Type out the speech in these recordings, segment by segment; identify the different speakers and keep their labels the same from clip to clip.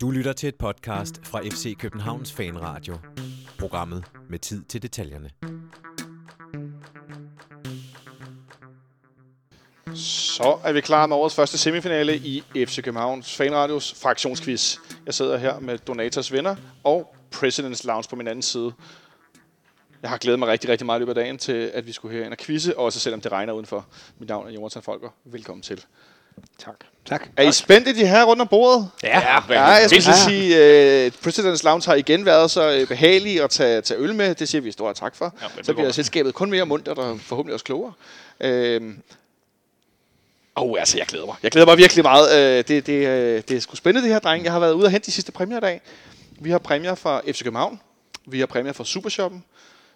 Speaker 1: Du lytter til et podcast fra FC Københavns Fanradio. Programmet med tid til detaljerne.
Speaker 2: Så er vi klar med årets første semifinale i FC Københavns Fanradios fraktionsquiz. Jeg sidder her med Donatas venner og President's Lounge på min anden side. Jeg har glædet mig rigtig, rigtig meget i løbet af dagen til, at vi skulle herind og quizze, også selvom det regner udenfor. Mit navn er Jonathan Folker. Velkommen til.
Speaker 3: Tak. Tak.
Speaker 2: Er I spændte, de her rundt om bordet?
Speaker 3: Ja,
Speaker 2: Ja, jeg skulle så sige, at uh, President's Lounge har igen været så uh, behagelig at tage, tage øl med. Det siger vi stort tak for. Ja, så bliver selskabet kun mere mundt, og der er forhåbentlig også klogere. Uh, Åh, oh, altså, jeg glæder mig. Jeg glæder mig virkelig meget. Øh, det, det, øh, det er sgu spændende, det her, dreng. Jeg har været ude og hente de sidste præmier i dag. Vi har præmier fra FC København. Vi har præmier fra Supershoppen.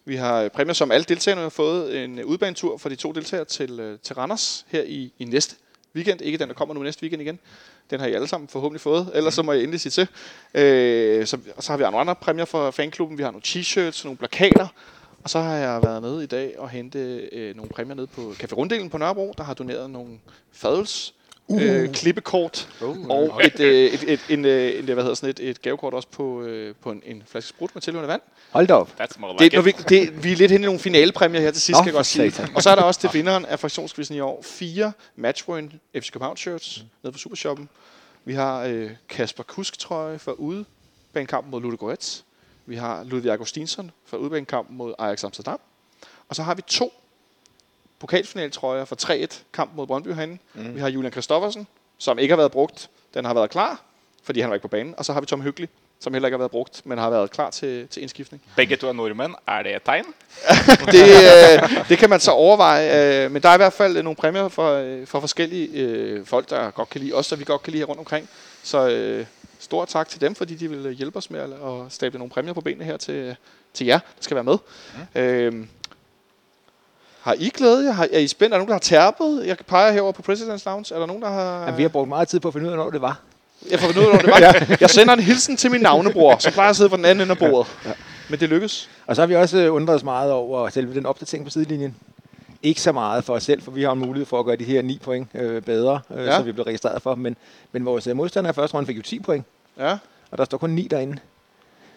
Speaker 2: Vi har øh, præmier, som alle deltagerne har fået. En øh, udbanetur for de to deltagere til, øh, til Randers her i, i næste weekend. Ikke den, der kommer nu næste weekend igen. Den har I alle sammen forhåbentlig fået. Ellers så må I endelig sige til. Øh, så, og så har vi nogle andre præmier fra fanklubben. Vi har nogle t-shirts, nogle plakater. Og så har jeg været nede i dag og hente øh, nogle præmier nede på Café Runddelen på Nørrebro, der har doneret nogle fadels, uh. øh, klippekort uh. og et, øh, et, et, en, øh, en, hvad hedder sådan et, et gavekort også på, øh, på en, en flaske sprut med tilhørende vand.
Speaker 3: Hold da op.
Speaker 4: That's more like
Speaker 2: Det, er, når
Speaker 4: it.
Speaker 2: vi, det, vi er lidt hen i nogle finalepræmier her til sidst,
Speaker 3: Nå,
Speaker 2: kan jeg godt
Speaker 3: for
Speaker 2: sige.
Speaker 3: satan.
Speaker 2: Og så er der også til vinderen af fraktionskvisten i år fire matchwin FC København shirts mm. nede på Supershoppen. Vi har øh, Kasper Kusk trøje fra ude banekampen mod Ludogorets. Vi har Ludvig Augustinsson fra udbanekampen mod Ajax Amsterdam. Og så har vi to pokalfinaltrøjer fra 3-1 kamp mod Brøndby herinde. Mm. Vi har Julian Kristoffersen, som ikke har været brugt. Den har været klar, fordi han var ikke på banen. Og så har vi Tom Hyggelig, som heller ikke har været brugt, men har været klar til, til indskiftning.
Speaker 4: Begge to er nordmenn. Er det et tegn?
Speaker 2: det, øh, det kan man så overveje. Øh, men der er i hvert fald nogle præmier for, øh, for forskellige øh, folk, der godt kan lide os, og vi godt kan lide her rundt omkring. Så øh, stor tak til dem, fordi de vil hjælpe os med at, at stable nogle præmier på benene her til, til jer, der skal være med.
Speaker 3: Mhm.
Speaker 2: Øh, har I glæde? jer? Har, er I spændt? Er der nogen, der har tærpet? Jeg peger herover på President's Lounge. Er der nogen, der har...
Speaker 3: Jamen, vi har brugt meget tid på at finde ud af, når det var.
Speaker 2: Jeg får ud over det. Var. Jeg sender en hilsen til min navnebror, som plejer at sidde på den anden ende af bordet. Men det lykkes.
Speaker 3: Og så har vi også øh, undret os meget over selve den opdatering på sidelinjen. Ikke så meget for os selv, for vi har en mulighed for at gøre de her 9 point øh, bedre, øh,
Speaker 2: Ja.
Speaker 3: ja. som vi blev registreret for. Men, men vores øh, modstander i første runde fik jo 10 point,
Speaker 2: Ja.
Speaker 3: og der står kun 9 derinde.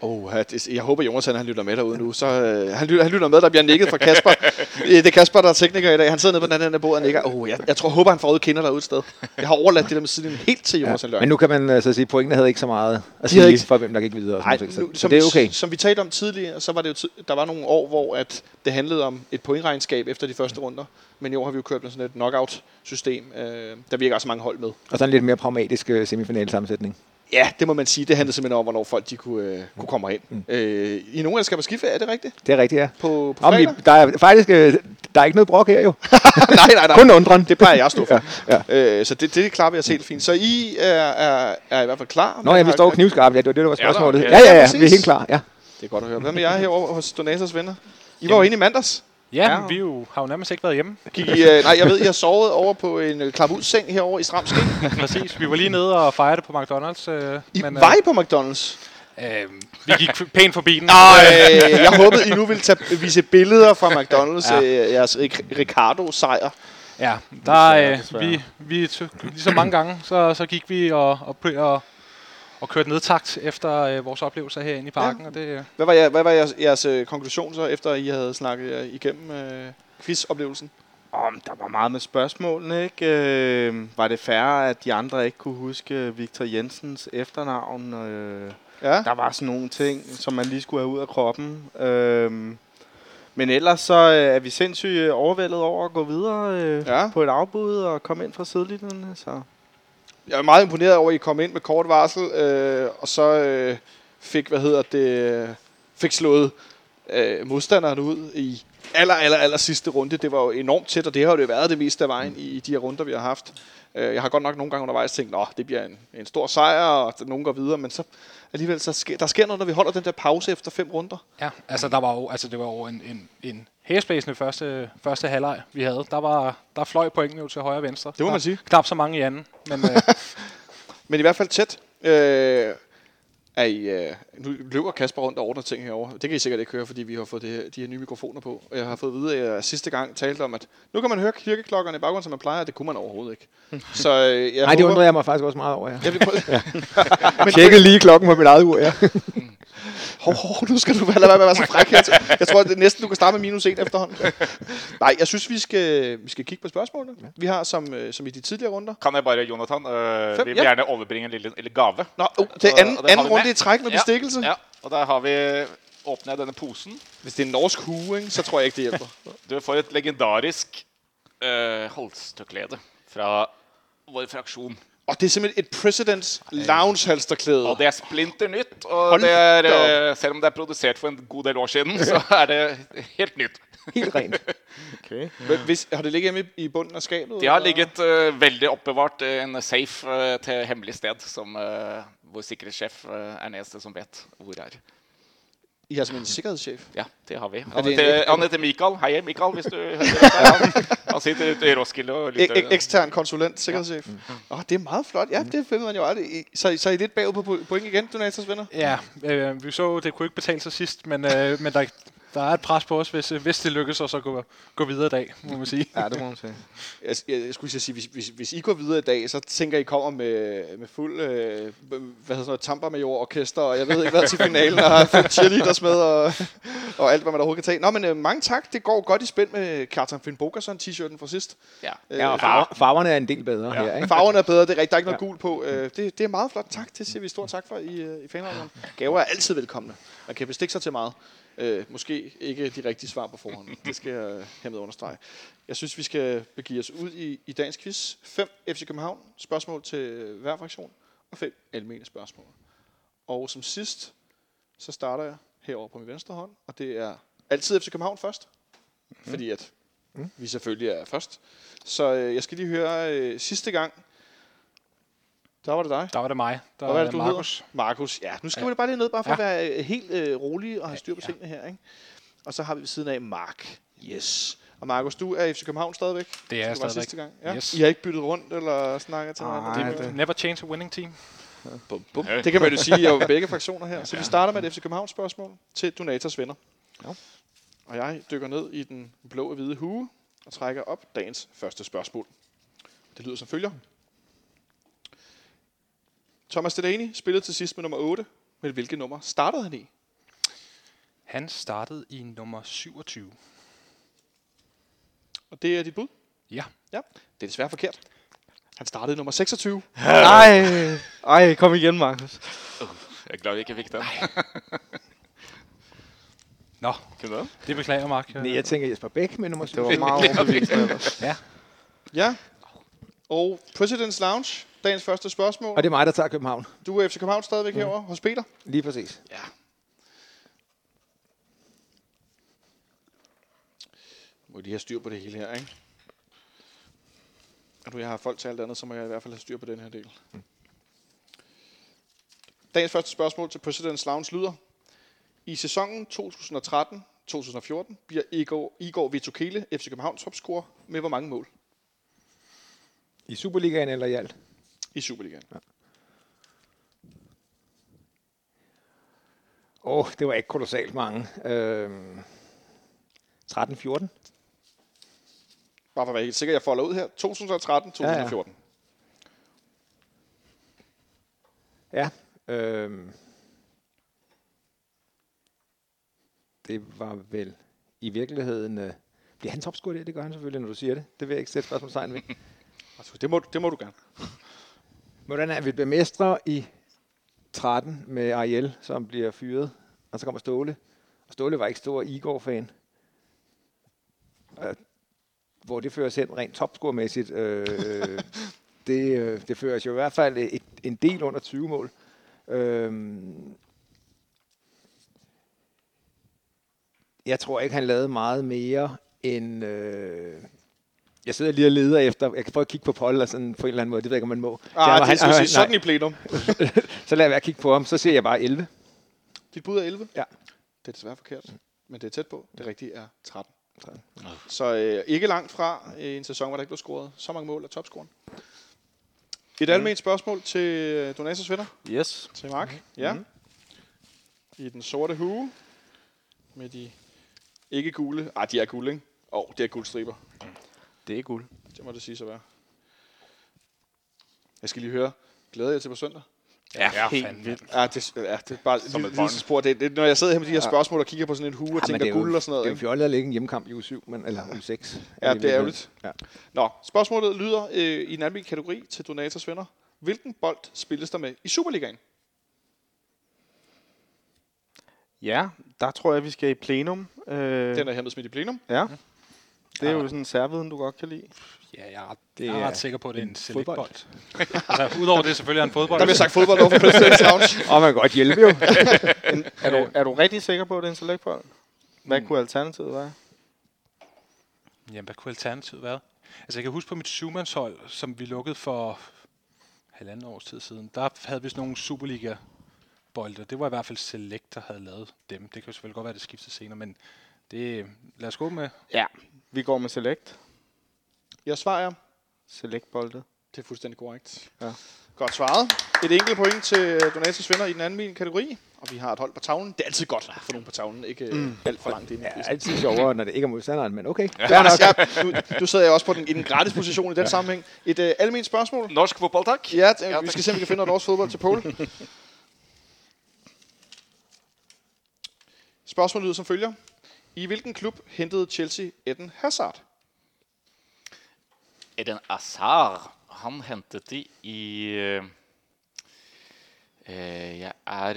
Speaker 2: Oh, jeg håber, Jonas han, han lytter med derude nu. Så, øh, han, lytter, han lytter med, der bliver nikket fra Kasper. Øh, det er Kasper, der er tekniker i dag. Han sidder nede på den anden ende af bordet og nikker. Oh, jeg, jeg tror, håber, han får ud kinder derude et sted. Jeg har overladt det der med siden helt til Jonas ja,
Speaker 3: Men nu kan man øh, så sige, at pointene havde ikke så meget at sige
Speaker 2: havde
Speaker 3: ikke...
Speaker 2: ikke-
Speaker 3: for, hvem der gik videre. og sådan
Speaker 2: Ej,
Speaker 3: noget.
Speaker 2: nu,
Speaker 3: så, så
Speaker 2: som,
Speaker 3: det er okay.
Speaker 2: Som vi talte om tidligere, så var det jo tid, der var nogle år, hvor at det handlede om et pointregnskab efter de første runder. Men i år har vi jo kørt med sådan et knockout-system. Øh, der virker også mange hold med.
Speaker 3: Og sådan en lidt mere pragmatisk øh, semifinalsammensætning.
Speaker 2: Ja, det må man sige. Det handlede simpelthen om, hvornår folk de kunne, øh, kunne komme ind. Mm. Øh, I nogle af skal på skiferie, er det rigtigt?
Speaker 3: Det er rigtigt, ja.
Speaker 2: På, på
Speaker 3: Om vi,
Speaker 2: fredag?
Speaker 3: der er faktisk øh, der er ikke noget brok her jo.
Speaker 2: nej, nej, nej.
Speaker 3: Kun undren.
Speaker 2: Det plejer jeg at stå for.
Speaker 3: ja,
Speaker 2: ja. Øh, så det, det klapper jeg os helt fint. Så I er, er, er i hvert fald klar.
Speaker 3: Nå
Speaker 2: Man
Speaker 3: ja, vi
Speaker 2: har-
Speaker 3: står knivskarpt. Ja, det var det, der var
Speaker 4: Ja, der-
Speaker 3: spørgsmålet.
Speaker 4: ja.
Speaker 3: Ja,
Speaker 2: Ja,
Speaker 3: ja, ja. Vi er
Speaker 2: præcis.
Speaker 3: helt klar. Ja.
Speaker 2: Det er godt at høre. Hvad med jer herovre hos Donatas venner? I var jo inde i mandags.
Speaker 5: Ja,
Speaker 2: Ja.
Speaker 5: ja. vi jo, har jo nærmest ikke været hjemme.
Speaker 2: Gik I, øh, nej, jeg ved, I har sovet over på en øh, klap ud seng herovre i Stram Sten.
Speaker 5: Præcis. Vi var lige nede og fejrede på McDonald's. Øh,
Speaker 2: I
Speaker 5: men,
Speaker 2: var I på McDonald's?
Speaker 5: øh, øh, vi gik pænt forbi
Speaker 2: Ah.
Speaker 5: den.
Speaker 2: Nej, Øh, jeg håbede, I nu ville tage, vise billeder fra McDonald's, ja.
Speaker 5: Ja.
Speaker 2: øh, jeres Ric- Ricardo-sejr.
Speaker 5: Ja, der, øh,
Speaker 4: desværre.
Speaker 5: vi, vi t- ligesom mange gange, så, så gik vi og, og, pl- og, og kørte nedtakt efter øh, vores oplevelser herinde i parken. Ja. Og det, øh,
Speaker 2: Hvad var, jer, hvad var jeres, jeres øh, konklusion så, efter I havde snakket jer igennem øh, quizoplevelsen?
Speaker 6: Om der var meget med spørgsmålene, ikke? Øh, var det færre, at de andre ikke kunne huske Victor Jensens efternavn? Øh,
Speaker 2: Ja,
Speaker 6: der var sådan nogle ting, som man lige skulle have ud af kroppen. Øh, men ellers så øh, er vi sindssygt overvældet over at gå videre øh,
Speaker 2: Ja.
Speaker 6: ja. på et afbud og komme ind fra sidelinjen. Så.
Speaker 2: jeg er meget imponeret over, at I kom ind med kort varsel, øh, og så øh, fik, hvad hedder det, øh, fik slået øh, modstanderen ud i aller, aller, aller sidste runde. Det var jo enormt tæt, og det har jo det været det meste af vejen i, i de her runder, vi har haft. Øh, jeg har godt nok nogle gange undervejs tænkt, at det bliver en, en stor sejr, og at nogen går videre, men så alligevel, så sker, der sker noget, når vi holder den der pause efter fem runder.
Speaker 5: Ja, altså der var jo, altså det var jo en, en, en hæsblæsende første, første halvleg, vi havde. Der, var, der fløj pointene jo til højre og venstre.
Speaker 2: Det må
Speaker 5: Der-
Speaker 2: man sige.
Speaker 5: Knap så mange i anden, men øh,
Speaker 2: Men i hvert fald tæt. Øh, Er I, øh, nu løber Kasper rundt og ordner ting herover. Det kan I sikkert ikke høre, fordi vi har fået det her, de her nye mikrofoner på. Og jeg har fået at vide, at jeg sidste gang talte om, at nu kan man høre kirkeklokkerne i baggrunden, som man plejer. og Det kunne man overhovedet ikke. Så øh, jeg
Speaker 3: Nej, det
Speaker 2: håber,
Speaker 3: undrede jeg mig faktisk også meget over, ja.
Speaker 2: jeg vil prøve,
Speaker 3: Jeg tjekkede lige klokken på mit eget ur, ja.
Speaker 2: hov, hov, nu skal du lade være med at være så fræk. Jeg, tror- jeg tror, at det næsten, du kan starte med minus et efterhånden. Nej, jeg synes, vi skal, vi skal kigge på spørgsmålene. Vi har, som, øh, som i de tidligere runder,
Speaker 4: Kan jeg bare, Jonathan, øh,
Speaker 2: Fem,
Speaker 4: vi vil
Speaker 2: ja.
Speaker 4: gjerne overbringe en lille eller gave.
Speaker 2: Nå, oh, det er
Speaker 4: Og-
Speaker 2: anden,
Speaker 4: og det har
Speaker 2: anden
Speaker 4: vi
Speaker 2: runde i
Speaker 4: med.
Speaker 2: træk med
Speaker 4: Ja.
Speaker 6: Mm.
Speaker 2: bestikkelse.
Speaker 4: Ja, og der har vi øh, åpnet denne posen.
Speaker 2: Hvis det er en norsk hue, ikke, så tror jeg ikke, det hjælper.
Speaker 4: Du får et legendarisk øh, halstørklæde fra vår fraksjon.
Speaker 2: Og det er simpelthen et President's Lounge halsterklæde.
Speaker 4: Og det er splinter nytt, og
Speaker 2: Hold
Speaker 4: det er,
Speaker 2: da
Speaker 4: øh, selv om det er produsert for en god del år siden, så er det helt nytt.
Speaker 3: Helt rent.
Speaker 2: Hvis, har det ligget hjemme i i bunden af skabet?
Speaker 4: Det har
Speaker 2: eller?
Speaker 4: ligget øh, veldig oppbevart i en safe øh, til hemmelig sted, som øh, vår sikkerhetssjef øh, er den eneste som vet hvor det er.
Speaker 2: I har simpelthen en sikkerhedschef.
Speaker 4: Ja, det har vi. Han
Speaker 2: det en
Speaker 4: heter,
Speaker 2: ekte-
Speaker 4: han heter Mikael. Hei, Mikael, hvis du hører dette. Han, han sitter ute i Roskilde og
Speaker 2: E-
Speaker 4: lytter.
Speaker 2: e- ekstern konsulent, sikkerhedschef. Åh, det er meget flot. Ja, det finder man jo aldrig. I- Så, så er I lidt bagud på po- point igen, Donatas venner?
Speaker 5: Ja, øh, vi så, det kunne ikke betale sig sidst, men, øh, men der, der er et pres på os, hvis, øh, hvis det lykkes os at gå, gå videre i dag, må man sige.
Speaker 6: Ja, det må man sige.
Speaker 2: Jeg, jeg, jeg skulle til at sige, hvis, hvis, hvis I går videre i dag, så tænker I kommer med, med fuld øh, hvad hedder sådan noget, tampermajororkester, og jeg ved ikke hvad til finalen, og har fem cheerleaders med, og, og alt, hvad man overhovedet kan tage. Nå, men øh, mange tak. Det går godt i spænd med Kjartan Finn Bogerson-t-shirten fra sidst.
Speaker 4: Ja.
Speaker 2: Øh,
Speaker 3: Ja, og farver, farverne er en del bedre ja. her, ikke?
Speaker 2: Farverne er bedre, det er rigtigt. Der er ikke noget gul på. Øh, det, det er meget flot. Tak, det siger vi stor tak for i, øh, i fanradion. Gaver er altid velkomne. Man kan bestikke sig til meget. Øh, måske ikke de rigtige svar på forhånd. Det skal jeg øh, hermed understrege. Jeg synes, vi skal begive os ud i, i dagens quiz. Fem FC København spørgsmål til hver fraktion, og fem almene spørgsmål. Og som sidst, så starter jeg herover på min venstre hånd, og det er altid FC København først, fordi at vi selvfølgelig er først. Så øh, jeg skal lige høre øh, sidste gang. Der var det dig.
Speaker 5: Der var det mig. Der
Speaker 2: Og hvad er det, du
Speaker 5: Markus.
Speaker 2: hedder? Markus. Ja, nu skriver ja. det bare lige ned, bare for ja. at
Speaker 5: Ja.
Speaker 2: være øh, helt øh, rolig og have styr på ja. tingene her. Ikke? Og så har vi ved siden af Mark. Yes. Og Markus, du er i FC København stadigvæk.
Speaker 5: Det er jeg
Speaker 2: Du var
Speaker 5: stadigvæk.
Speaker 2: sidste gang. Ja. Yes.
Speaker 5: Yes.
Speaker 2: I har ikke byttet rundt eller snakket til
Speaker 6: Nej,
Speaker 2: hinanden?
Speaker 5: Det, never change a winning team.
Speaker 2: Bum, bum. Det kan man jo sige, jeg er jo begge fraktioner her. Så vi starter med et FC København spørgsmål til Donatas venner. Og jeg dykker ned i den blå og hvide hue og trækker op dagens første spørgsmål. Det lyder som følger. Thomas Delaney spillede til sidst med nummer 8, men hvilket nummer startede han i?
Speaker 5: Han startede i nummer 27.
Speaker 2: Og det er dit bud?
Speaker 5: Ja.
Speaker 2: Ja, det er desværre forkert. Han startede i nummer 26.
Speaker 6: Ej, ej, kom igen, Markus.
Speaker 4: Jeg er glad, vi ikke fikk den.
Speaker 5: Nå,
Speaker 4: Kunne du den?
Speaker 5: det beklager Mark.
Speaker 3: Nej, jeg tænker Jesper Bæk med nummer 7.
Speaker 6: Det var meget overbevisende ellers.
Speaker 2: Ja. Og President's Lounge, dagens første spørgsmål.
Speaker 3: Og det er mig, der tager København.
Speaker 2: Du er FC København stadigvæk herovre hos Peter.
Speaker 3: Lige præcis.
Speaker 2: må lige have styr på det hele her, ikke? Og nu jeg har folk til alt andet, så må jeg i hvert fald have styr på den her del. Dagens første spørgsmål til President's Lounge lyder. I sæsonen 2013-2014 bliver Igor, Igor Vitokele FC Københavns topscorer med hvor mange mål
Speaker 3: I Superligaen eller i alt?
Speaker 2: i Superligaen?
Speaker 3: Åh, oh, det var ikke kolossalt mange. Øhm, 13-14?
Speaker 2: Bare for at være helt sikker, jeg folder ud her. 2013-2014.
Speaker 3: Ja,
Speaker 2: Ja,
Speaker 3: ja.
Speaker 2: ja.
Speaker 3: Ja. Øhm, det var vel i virkeligheden... Øh, bliver han topscorer der? Det gør han selvfølgelig, når du siger det. Det vil jeg ikke sætte spørgsmålstegn ved.
Speaker 2: Altså, det, må, du- det må du gerne.
Speaker 3: Men Hvordan er vi bliver mestre i 13 med Ariel, som bliver fyret. Og så kommer Ståle. Og Ståle var ikke stor Igor-fan. Og Hvor det fører os hen rent topscore-mæssigt, øh, det, øh, det fører os jo i hvert fald et, en del under 20 mål. Øhm, jeg tror ikke, han lavede meget mere end... Øh, jeg sidder lige og leder efter... Jeg kan prøve at kigge på Paul og sådan på en eller anden måde. Det ved jeg ikke, om man må. Der var
Speaker 2: Ah, det skal
Speaker 3: han-
Speaker 2: vi
Speaker 3: nej.
Speaker 2: sige sådan i plenum.
Speaker 3: Så lader jeg være at kigge på ham. Så ser jeg bare 11.
Speaker 2: Dit bud er 11?
Speaker 3: Ja.
Speaker 2: Det er desværre forkert, men det er tæt på. Det rigtige er 13.
Speaker 3: 13.
Speaker 2: Så øh, ikke langt fra øh, en sæson, hvor der ikke blev scoret så mange mål af topscoren. Et almindeligt spørgsmål til øh, Donatas venner,
Speaker 6: Yes. Mhm.
Speaker 2: til Mark. Ja. i den sorte hue. Med de ikke gule. Ah, de er gule, ikke? Åh, oh, det er gule striber.
Speaker 6: Det er guld.
Speaker 2: Det må det sige så være. Jeg skal lige høre. Glæder jeg til på søndag?
Speaker 6: Ja, ja helt vildt.
Speaker 2: Ja, det, ja, det er bare et lille, lille spor. Det, det, når jeg sidder her med de her spørgsmål og kigger på sådan en hue og
Speaker 3: men
Speaker 2: tænker
Speaker 3: det er jo-
Speaker 2: guld og sådan noget.
Speaker 3: Det er jo
Speaker 2: Ikke?
Speaker 3: fjollet at lægge en hjemmekamp i u 7, men, eller u 6.
Speaker 2: Ja, det er ærgerligt.
Speaker 3: Ja.
Speaker 2: Nå, spørgsmålet lyder øh, i en anden kategori til Donators venner. Hvilken bold spilles der med i Superligaen?
Speaker 6: Ja, der tror jeg, vi skal i plenum. Øh,
Speaker 2: Den er hermed smidt i plenum.
Speaker 6: Ja. Det er jo sådan en særviden, du godt kan lide.
Speaker 5: Ja, jeg er, ret-
Speaker 3: Det
Speaker 5: jeg er
Speaker 3: er
Speaker 5: ret sikker på, at det er en
Speaker 3: fodbold.
Speaker 5: selekbold. altså, udover det selvfølgelig er en fodbold.
Speaker 2: Der bliver sagt fodbold over for President's Lounge.
Speaker 3: Og man kan godt hjælpe jo.
Speaker 6: Er du, er du rigtig sikker på, at det er en selekbold? Hvad kunne alternativet være?
Speaker 5: Jamen, hvad kunne alternativet være? Altså, jeg kan huske på mit syvmandshold, som vi lukkede for halvanden års tid siden, der havde vi sådan nogle Superliga-bolde. Det var i hvert fald Select, der havde lavet dem. Det kan jo selvfølgelig godt være, at det skiftede senere, men det, lad os gå med.
Speaker 6: Ja. Vi går med select.
Speaker 2: Jeg svarer jer.
Speaker 6: Selectboldet.
Speaker 2: Det er fuldstændig korrekt.
Speaker 6: Ja.
Speaker 2: Godt svaret. Et enkelt point til øh, Donatas venner i den anden min kategori. Og vi har et hold på tavlen. Det er altid godt at få nogen på tavlen. Ikke mm. alt for langt ind.
Speaker 3: Ja, altid sjovere, når det ikke er modstanderen, men okay.
Speaker 2: Ja, Anders, ja, du, du sidder jo også på den, i den gratis position i den sammenhæng. Et øh, almindeligt spørgsmål.
Speaker 4: Norsk fotball, takk.
Speaker 2: Ja, t- vi skal se, om vi kan finde noget norsk fodbold til Poul. Spørgsmålet lyder som følger. I hvilken klub hentede Chelsea Eden Hazard?
Speaker 4: Eden Azar, han hentet de i eh, eh, Jeg er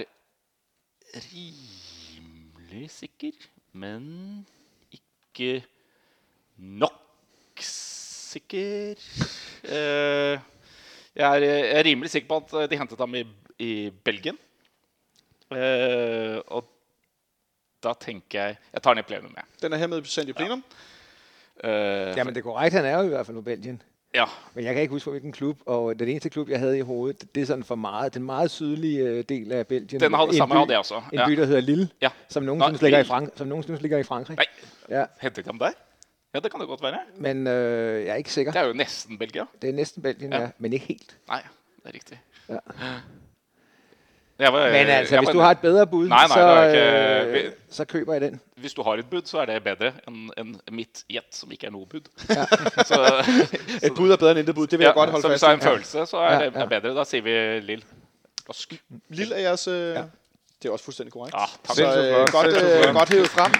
Speaker 4: rimelig sikker, men ikke nok sikker. Eh, jeg, er, jeg er rimelig sikker på at de hentet ham i, i Belgien. Eh, og da tenker jeg Jeg tar ned plenum, jeg.
Speaker 2: Den er hermed sendt i plenum.
Speaker 4: Eh,
Speaker 3: Jamen, det er korrekt, han er jo i hvert fald på Belgien.
Speaker 4: ja.
Speaker 3: Men jeg kan ikke huske, hvilken klub, og den eneste klub, jeg havde i hovedet, det- det er sådan for meget, den meget sydlige øh, del af Belgien.
Speaker 4: Den har det
Speaker 3: En
Speaker 4: samme,
Speaker 3: by-
Speaker 4: hadde jeg også.
Speaker 3: En
Speaker 4: Ja.
Speaker 3: by, der hedder Lille,
Speaker 4: Ja.
Speaker 3: som nogen
Speaker 4: Nå,
Speaker 3: synes ligger i,
Speaker 4: Lille.
Speaker 3: Frank- som nogen synes ligger i Frankrig.
Speaker 4: Nei,
Speaker 3: Ja,
Speaker 4: hentet de ham der? Ja, det kan det godt være.
Speaker 3: men øh, jeg er ikke sikker.
Speaker 4: Det er jo nesten Belgia.
Speaker 3: Det er næsten Belgien,
Speaker 4: Ja. Øh,
Speaker 3: ja. men ikke helt.
Speaker 4: Nei, det er riktig.
Speaker 3: Ja.
Speaker 4: Jeg var,
Speaker 3: Men altså,
Speaker 4: jeg
Speaker 3: hvis
Speaker 4: var-
Speaker 3: du har et bedre bud,
Speaker 4: Nej, nej,
Speaker 3: så,
Speaker 4: der er ikke-
Speaker 3: øh, så køber jeg den.
Speaker 4: hvis du har et bud, så er det bedre enn enn mitt gjett, som ikke er noe bud. så,
Speaker 2: Et bud er bedre end intet bud. Det vil ja, jeg godt holde
Speaker 4: så
Speaker 2: fast
Speaker 4: hvis det
Speaker 2: i.
Speaker 4: er en følelse, så er
Speaker 3: Ja,
Speaker 4: det
Speaker 3: ja.
Speaker 4: er bedre. Da sier vi Lill. Rask.
Speaker 2: Lille er jeres... Øh, ja. Det er også fuldstændig korrekt.
Speaker 4: Ah, takk.
Speaker 2: Så
Speaker 6: Sindssygt
Speaker 2: øh,
Speaker 6: flot.
Speaker 2: godt,
Speaker 6: Sindssygt
Speaker 2: øh,
Speaker 6: flot.
Speaker 2: godt hævet frem.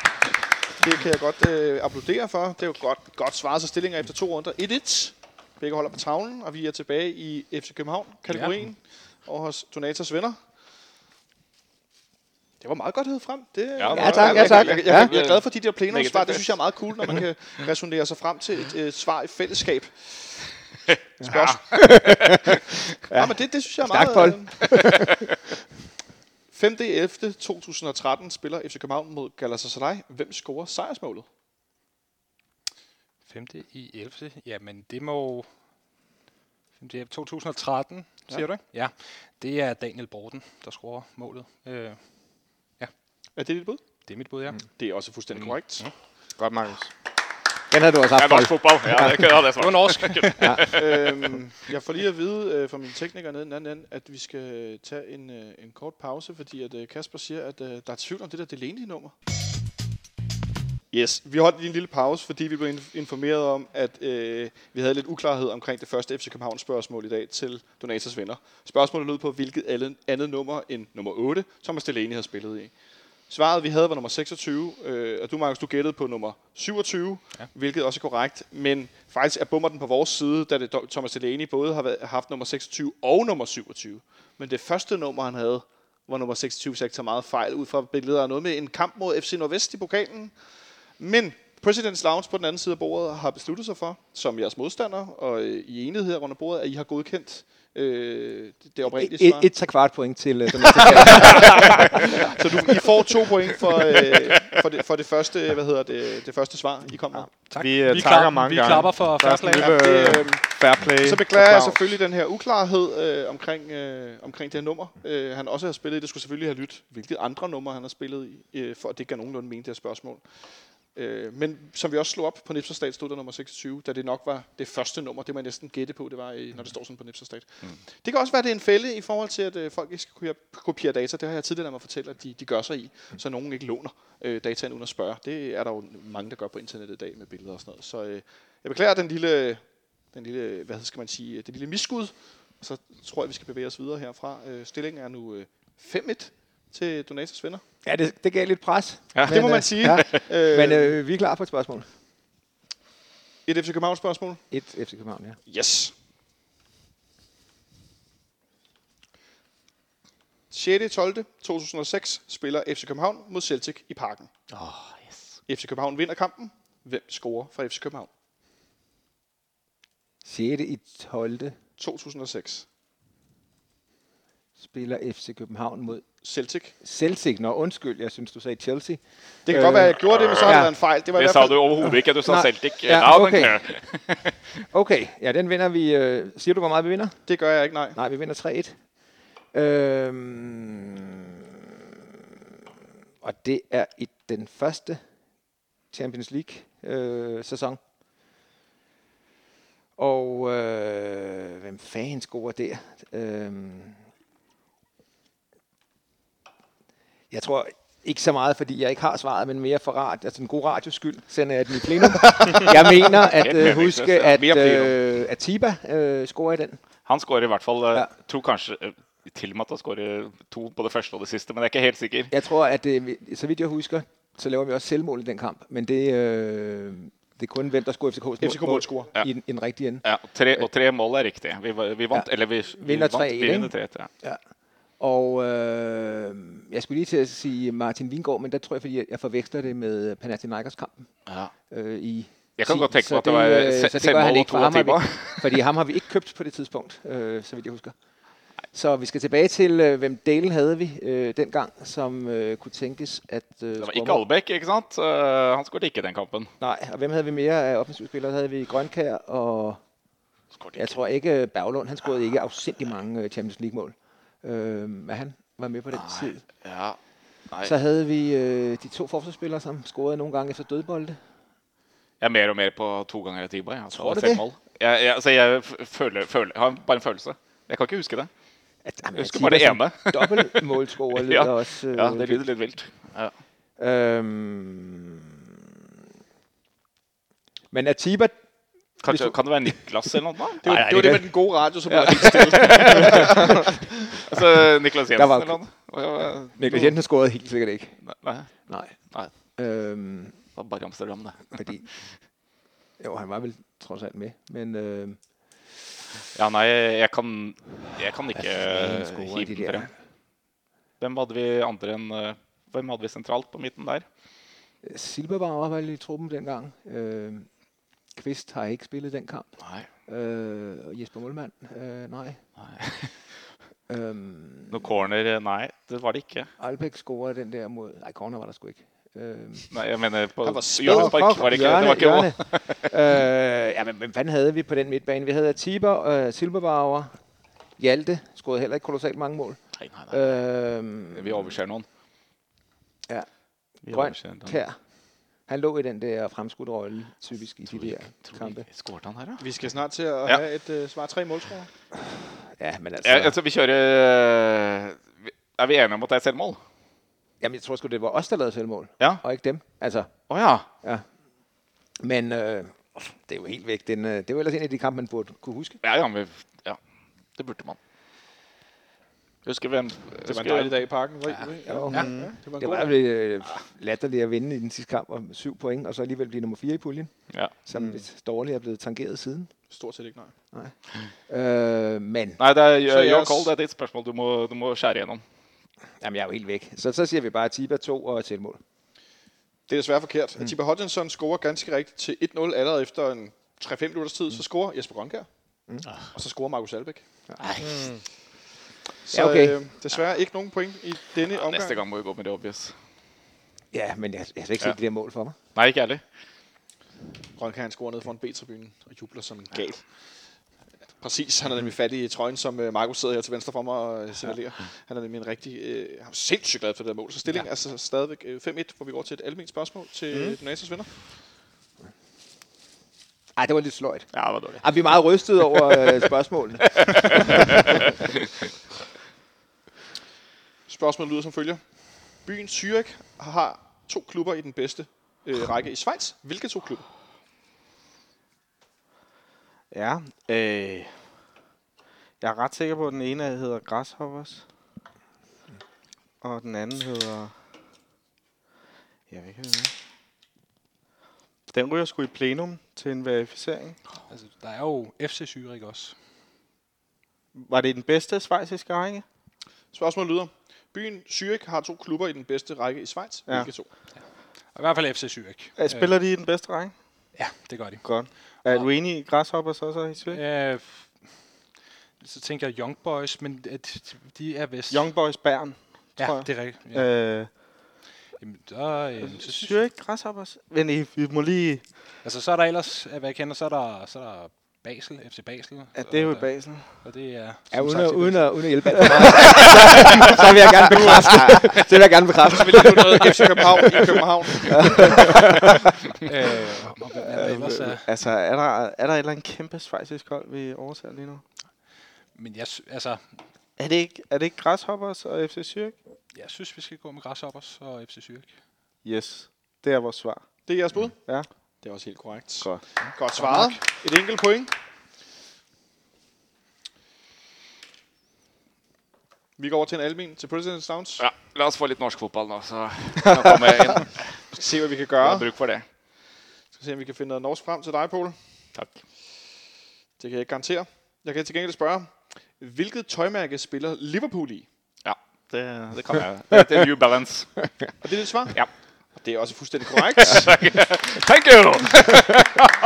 Speaker 2: Det kan jeg godt øh, applaudere for. Det er jo godt, godt svaret, så stillinger efter to runder. 1-1. Begge holder på tavlen, og vi er tilbage i FC København-kategorien. Ja. Og hos Donatas venner. Det var meget godt hævet frem. Det, øh,
Speaker 4: Ja,
Speaker 3: Ja, tak, ja, tak.
Speaker 2: Jeg, jeg, jeg,
Speaker 4: Ja.
Speaker 2: jeg er glad for de der plenumsvar.
Speaker 4: Negativt.
Speaker 2: Det synes jeg er meget cool, når man kan resonere sig frem til et øh, svar i fællesskab. Spørgsmål. Ja. ja, Ah, men det, det synes jeg er
Speaker 3: Stærkt,
Speaker 2: meget... øh, 5. 11. 2013 spiller FC København mod Galatasaray. Hvem scorer sejrsmålet?
Speaker 5: 5. i 11. Jamen, det må... 5. i 2013, siger du, ikke? Ja. Det er Daniel Borten, der scorer målet. Øh,
Speaker 2: Er det dit bud?
Speaker 5: det er mit bud, ja.
Speaker 2: Det er også fuldstændig mm. korrekt.
Speaker 6: Godt, Markus.
Speaker 3: Den har du også
Speaker 4: Det er
Speaker 3: haft.
Speaker 4: norsk fotball. Ja, det kunne jeg ha det
Speaker 5: Det var
Speaker 4: svart.
Speaker 5: norsk.
Speaker 2: øhm, jeg får lige at vide øh, fra mine teknikere nede i den anden ende, at vi skal tage en, øh, en kort pause, fordi at, øh, Kasper siger, at øh, der er tvivl om det der Delaney-nummer. Yes, vi holdt lige en lille pause, fordi vi blev inf- informeret om, at øh, vi havde lidt uklarhed omkring det første FC København spørgsmål i dag til Donatas venner. Spørgsmålet lød på, hvilket alle- andet nummer end nummer 8, Thomas Delaney havde spillet i. Svaret, vi havde, var nummer 26, øh, og du, Markus, du gættede på nummer 27, ja. hvilket også er korrekt, men faktisk er bummer den på vores side, da det, Thomas Delaney både har været- haft nummer 26 og nummer 27. Men det første nummer, han havde, var nummer 26, så jeg ikke tager meget fejl ud fra billeder af noget med en kamp mod FC Nordvest i pokalen. Men President's Lounge på den anden side af bordet har besluttet sig for, som jeres modstander og øh, i enighed her rundt om bordet, at I har godkendt øh, det- det oprindelige
Speaker 3: Et,
Speaker 2: svar.
Speaker 3: et tre kvart point til øh, den
Speaker 2: Så du, I får to point for, øh, for, det, for det, første, hvad hedder det, det første svar, I kom med.
Speaker 5: Tak.
Speaker 6: Vi, øh,
Speaker 5: vi,
Speaker 6: takker
Speaker 5: klapper-
Speaker 6: mange
Speaker 5: vi
Speaker 6: gange.
Speaker 5: klapper for
Speaker 6: Der er
Speaker 5: færslag.
Speaker 6: sådan
Speaker 2: Ja, det, øh,
Speaker 6: Fair play.
Speaker 2: så beklager jeg
Speaker 6: Applaus.
Speaker 2: selvfølgelig den her uklarhed øh, omkring, øh, omkring det her nummer, øh, han også har spillet i. Det skulle selvfølgelig have lyttet, hvilket andre nummer han har spillet i, øh, for at det ikke er nogenlunde mente det her spørgsmål. Øh, men som vi også slog op på Nipserstat, stod der nummer 26, da det nok var det første nummer. Det man næsten gætte på, det var, i, når det står sådan på Nipserstat. Mm. Det kan også være, det er en fælde i forhold til, at øh, folk ikke skal kopiere, kopiere data. Det har jeg tidligere ladet mig fortælle, at de, de gør sig i, mm. så nogen ikke låner øh, dataen uden at spørge. Det er der jo mange, der gør på internettet i dag med billeder og sådan noget. Så øh, jeg beklager den lille, den lille, hvad skal man sige, det lille misskud. Og så tror jeg, vi skal bevæge os videre herfra. Øh, stillingen er nu øh, 5-1 til Donators venner.
Speaker 3: Ja, det, det gav lidt pres. øh,
Speaker 2: Ja, det må man sige.
Speaker 3: Ja. men øh, vi er klar på et spørgsmål.
Speaker 2: Et FC København spørgsmål.
Speaker 3: Et FC København, ja.
Speaker 2: Yes. 6. 12. 2006 spiller FC København mod Celtic i parken.
Speaker 4: Åh, oh, yes.
Speaker 2: FC København vinder kampen. Hvem scorer for FC København?
Speaker 3: 6. i 12.
Speaker 2: 2006.
Speaker 3: spiller FC København mod
Speaker 2: Celtic. Det
Speaker 3: Celtic. Nå, undskyld, jeg synes, du sagde Chelsea.
Speaker 2: kan øh, godt være, at jeg gjorde det, men så har det været en fejl. Det var i
Speaker 4: Det
Speaker 2: hvert
Speaker 4: sa
Speaker 2: fald
Speaker 4: du overhodet ikke, at du sa
Speaker 3: Nej.
Speaker 4: Celtic.
Speaker 3: Ja,
Speaker 4: Ja,
Speaker 3: okay.
Speaker 4: okay.
Speaker 3: Okay, ja, den vinder vi. Øh, siger du, hvor meget vi vinder?
Speaker 2: Det gør jeg ikke, nej.
Speaker 3: Nej, vi vinder 3-1. Øhm, og det er i den første Champions øh, League-sæson. og øh, hvem fanden scorer der? Øhm, jeg tror ikke så meget, fordi jeg ikke har svaret, men mere for rad, altså en god radios skyld, sender jeg den i plenum. jeg mener at
Speaker 4: Ja,
Speaker 3: øh,
Speaker 4: men
Speaker 3: huske, at,
Speaker 2: mere plenum.
Speaker 3: øh, at Tiba øh, scorer i den.
Speaker 4: Han skårer i hvert fall eh,
Speaker 3: Ja.
Speaker 4: to, kanskje eh, til og med at han skårer to på det første og det siste, men jeg er ikke helt sikker.
Speaker 3: Jeg tror, at øh, vi- så vidt jeg husker, så laver vi også selvmål i den kamp. Men det, øh, det er kun hvem, der scorer FCK's mål.
Speaker 2: FCK mål scorer.
Speaker 4: Ja.
Speaker 3: I, den- I den rigtige ende.
Speaker 4: Ja, tre, og tre mål er riktig. Vi, var- vi vant,
Speaker 3: Ja.
Speaker 4: eller Eh, vi, vi
Speaker 3: Vinder
Speaker 4: vant,
Speaker 3: 3-1,
Speaker 4: vi vinner
Speaker 3: ikke?
Speaker 4: 3 ja.
Speaker 3: Ja. Og øh, jeg skulle lige til at sige Martin Vingård, men der tror jeg, fordi jeg- jeg forveksler det med Panathinaikos kampen
Speaker 4: ja.
Speaker 3: øh, i
Speaker 4: Jeg kan
Speaker 3: 10.
Speaker 4: godt tænke
Speaker 3: Så
Speaker 4: mig, at det var
Speaker 3: øh,
Speaker 4: se-
Speaker 3: så det gør
Speaker 4: selvmål
Speaker 3: han
Speaker 4: og
Speaker 3: ikke,
Speaker 4: to
Speaker 3: for ham har vi-
Speaker 4: timer.
Speaker 3: Fordi ham har vi ikke købt på det tidspunkt, øh, så vidt jeg husker. Så vi skal tilbage til, øh, hvem Dalen havde vi øh, dengang, som øh, kunne tænkes at... Øh,
Speaker 4: Det var
Speaker 3: score
Speaker 4: ikke
Speaker 3: mål.
Speaker 4: Albæk, ikke sant? Eh, han skåret ikke den kampen.
Speaker 3: Nej, og hvem havde vi mere af offensivspillere? Så havde vi Grønkær, og
Speaker 4: Skåret
Speaker 3: jeg
Speaker 4: ikke.
Speaker 3: tror ikke øh, Berglund, han scorede ikke afsindig mange øh, Champions League-mål. Øh, men han var med på den tid.
Speaker 4: Ja. Nei.
Speaker 3: Så havde vi øh, de to forsvarsspillere, som scorede nogle gange efter dødbolde.
Speaker 4: Jeg er mer og mer på to ganger i timen. Jeg
Speaker 3: Tror
Speaker 4: tror
Speaker 3: du
Speaker 4: det
Speaker 3: det?
Speaker 4: selvmål. Jeg, jeg, altså, jeg f- føler, føler, jeg har bare en følelse. Jeg kan ikke huske det.
Speaker 3: At,
Speaker 4: Jeg husker bare det ene.
Speaker 3: Dobbeltmålscorer lyder
Speaker 4: Ja.
Speaker 3: også... Øh,
Speaker 4: Ja, det lyder litt vilt. Ja.
Speaker 3: øhm, men Atiba, Hvis
Speaker 4: Kanskje,
Speaker 3: du-
Speaker 4: kan det være Niklas eller noe?
Speaker 2: Det var
Speaker 4: Nei,
Speaker 2: det, var
Speaker 4: er
Speaker 2: det
Speaker 4: ikke-
Speaker 2: med den gode radio, som ja.
Speaker 4: Altså, Niklas
Speaker 3: Der
Speaker 4: Jensen
Speaker 3: var-
Speaker 4: eller noe?
Speaker 3: Niklas Jensen scorede helt sikkert ikke.
Speaker 4: Nei,
Speaker 3: Nej.
Speaker 4: nei,
Speaker 3: Øhm,
Speaker 4: det var bare Amsterdam, det.
Speaker 3: fordi, jo, han var vel trods alt med, men... Øh,
Speaker 4: Ja, nei, jeg kan, jeg kan ikke
Speaker 3: fanden
Speaker 4: eh,
Speaker 3: scorer
Speaker 4: hive
Speaker 3: de
Speaker 4: den
Speaker 3: der?
Speaker 4: frem. Hvem hadde vi andre enn eh, Hvem hadde vi sentralt på midten der?
Speaker 3: Silberbauer var i truppen dengang. Øh, Kvist har ikke spillet den kamp.
Speaker 4: Nei.
Speaker 3: Øh, og Jesper Målmann, øh, nej. Øhm,
Speaker 4: Noe corner eh, Nei, det var det ikke.
Speaker 3: Albeck scorer den der mod... Nej, corner var der sgu ikke. Øhm,
Speaker 4: Nei, jeg mener på
Speaker 2: Han var spil-
Speaker 4: Hjørnespark var det ikke. Det var ikke
Speaker 3: hjørne. øh, ja, men hvem fanden havde vi på den midtbane? Vi havde Tiber, øh, Silberbauer, Hjalte scorede heller ikke kolossalt mange mål.
Speaker 4: Nei, nei, nei.
Speaker 3: Øhm,
Speaker 4: Vi overser noen.
Speaker 3: Ja.
Speaker 4: Vi
Speaker 3: Grøn
Speaker 4: overser noen.
Speaker 3: Kær. Han lå i den der fremskudte rolle, typisk i de
Speaker 4: Tror vi-
Speaker 3: der
Speaker 4: tror vi
Speaker 3: kampe.
Speaker 4: ikke- Skårte han her, da?
Speaker 2: Vi skal snart til at
Speaker 4: Ja.
Speaker 2: ja. have et uh, svar tre målscorer.
Speaker 3: Ja, men altså...
Speaker 4: Ja, altså, vi kjører eh, vi- Er vi enige om at det er selvmål?
Speaker 3: Jamen, jeg tror sgu, det var os, der lavede selvmål,
Speaker 4: Ja.
Speaker 3: og ikke dem. Altså,
Speaker 4: Å ja.
Speaker 3: men øh, det er jo helt væk. Den, øh, det var ellers en af de kampe, man burde kunne huske.
Speaker 4: Ja, ja, men ja. Det burde man. Husker hvem
Speaker 2: Det var
Speaker 4: husker,
Speaker 2: en dejlig dag i parken. Ja. Ja.
Speaker 3: Jo.
Speaker 2: Ja. Ja. Det var en
Speaker 3: Det
Speaker 2: god
Speaker 3: var
Speaker 2: dag.
Speaker 3: lidt øh, latterligt at vinde i den sidste kamp om syv point, og så alligevel blive nummer fire i puljen,
Speaker 4: Ja.
Speaker 3: som mm. lidt dårligt er blevet tangeret siden.
Speaker 2: Stort set ikke, nej.
Speaker 3: Øh, men
Speaker 4: Nei, det er
Speaker 2: Så jeg
Speaker 4: your
Speaker 2: s-
Speaker 4: call. Eh, Det er ditt spørsmål du må, du må skjære gjennom.
Speaker 3: jamen, jeg er jo helt væk. Så, så siger vi bare Tiba 2 og et selvmål.
Speaker 2: Det er desværre forkert. Mm. Atiba Hodgson scorer ganske rigtigt til 1-0 allerede efter en 3-5 minutters tid. Så scorer Jesper Grønkær. Mm. Og så scorer Markus Albæk. Så
Speaker 3: Ja, okay.
Speaker 2: øh, desværre ikke nogen point i denne ja, omgang.
Speaker 4: Neste gang må vi gå med det obvious.
Speaker 3: Ja, men jeg, jeg har slet ikke set
Speaker 4: Ja.
Speaker 3: ja. det der mål for mig.
Speaker 4: Nei, ikke jeg heller.
Speaker 2: Grønkær han scorer ned foran B-tribunen og jubler som en gal. Præcis, han er nemlig fat i trøjen, som øh, Markus sidder her til venstre for mig og øh, signalerer. Ja. Han er nemlig en rigtig, øh, han er sindssygt glad for det der mål. Så stillingen ja. er så stadigvæk øh, 5-1, hvor vi går til et almindeligt spørgsmål til mm. Donatas venner.
Speaker 3: Ej, det var lidt sløjt.
Speaker 2: Ja, det var dårligt.
Speaker 3: Ej, vi er meget rystet over øh, spørgsmålene.
Speaker 2: Spørgsmålet lyder som følger. Byen Zürich har to klubber i den bedste øh, række i Schweiz. Hvilke to klubber?
Speaker 6: Ja. Øh, jeg er ret sikker på, at den ene hedder Grasshoppers. Og den anden hedder... Jeg ved ikke, hvad det er. Den ryger sgu i plenum til en verificering.
Speaker 5: Altså, der er jo FC Zürich også.
Speaker 6: Var det den bedste svejsiske række?
Speaker 2: Spørgsmålet lyder. Byen Zürich har to klubber i den bedste række i Schweiz.
Speaker 6: Ja.
Speaker 2: Ja. Hvilke to?
Speaker 5: Og I hvert fald FC Zürich.
Speaker 6: Øh, Spiller de i den bedste række?
Speaker 5: Ja, det gør de.
Speaker 6: Godt. Er du enig i Grasshoppers også er i Zürich?
Speaker 5: Øh, f- så tænker jeg Young Boys, men at de er vest.
Speaker 6: Young Boys Bern,
Speaker 5: ja,
Speaker 6: tror jeg.
Speaker 5: det er rigtigt. Ja.
Speaker 6: Ja. Øh,
Speaker 5: Jamen, der, øh, så synes jeg,
Speaker 6: Zürich Grasshoppers? Men I, vi må lige...
Speaker 5: altså, så er der ellers, af hvad jeg kender, så er der, så er der Basel, FC Basel.
Speaker 6: Ja, det er jo i
Speaker 5: Og der-
Speaker 6: Basel.
Speaker 5: Og det er...
Speaker 3: Ja,
Speaker 5: som
Speaker 3: uden,
Speaker 5: sagt,
Speaker 3: at,
Speaker 5: det er
Speaker 3: uden, at, uden at hjælpe alt for meget. så, så vil jeg gerne bekræfte. Så vil jeg gerne bekræfte.
Speaker 2: Så vil jeg nu noget FC København i København.
Speaker 5: Øh, og, og, hvad er der ellers er,
Speaker 6: Altså, er der, er der et eller andet kæmpe svejsisk hold, vi overser lige nu?
Speaker 5: men jeg, sy- altså,
Speaker 6: Er det ikke, er det ikke Grasshoppers og FC Zürich?
Speaker 5: jeg synes, vi skal gå med Grasshoppers og FC Zürich.
Speaker 6: Yes. Det er vores svar.
Speaker 2: Det er jeres bud?
Speaker 6: Ja.
Speaker 2: Det er også helt korrekt.
Speaker 6: Godt.
Speaker 2: Godt svaret. Et enkelt point. Vi går over til en almen til President Sounds. Ja.
Speaker 4: Ja, la oss få litt norsk fotball nå, så nå kommer jeg inn.
Speaker 2: Se, hvad vi kan
Speaker 4: Vi har
Speaker 2: gøre.
Speaker 4: bruk for det.
Speaker 2: Skal se, om vi kan finde noget norsk frem til dig, Poul.
Speaker 4: Takk.
Speaker 2: Det kan jeg ikke garantere. Jeg kan til gengæld spørge, hvilket tøjmærke spiller Liverpool i?
Speaker 4: Det, det kan jeg. Det heter New Balance.
Speaker 2: Og det er dit svar?
Speaker 4: Ja.
Speaker 2: Og Det er også fuldstændig korrekt.
Speaker 4: Thank you!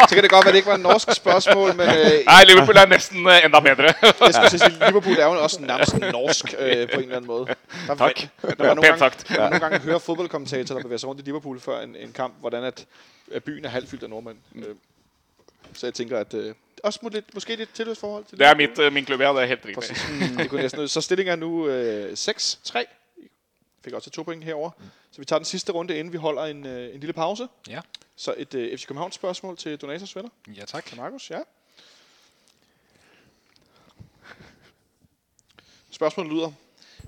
Speaker 2: Så kan det godt være, at det ikke var et norsk spørgsmål, men øh,
Speaker 4: Nei, Liverpool er nesten eh, enda bedre.
Speaker 2: jeg skulle til at sige, Liverpool er jo også nærmest norsk øh, på en eller anden måde. Der,
Speaker 4: Tak.
Speaker 2: Der var
Speaker 4: var
Speaker 2: nogle gange,
Speaker 4: pænt sagt.
Speaker 2: der var nogle gange hører fodboldkommentatorer, der bevæger sig rundt i Liverpool før en, en kamp, hvordan at, at byen er halvfyldt af nordmænd.
Speaker 4: Mm.
Speaker 2: Øh, så jeg tænker, at øh, også må lidt, måske lidt tilhørsforhold til
Speaker 4: Det er mitt, eh, min klubb, ja. Det er helt riktig.
Speaker 2: Præcis. Mm, det kunne næsten ud. Så stillingen er nu øh, 6-3. Fik også to point herover. Så vi tager den sidste runde, inden vi holder en, øh, en lille pause.
Speaker 5: Ja.
Speaker 2: Så et øh, FC København spørgsmål til Donatas venner.
Speaker 5: Ja, tak.
Speaker 2: Til Markus, ja. Spørgsmålet lyder.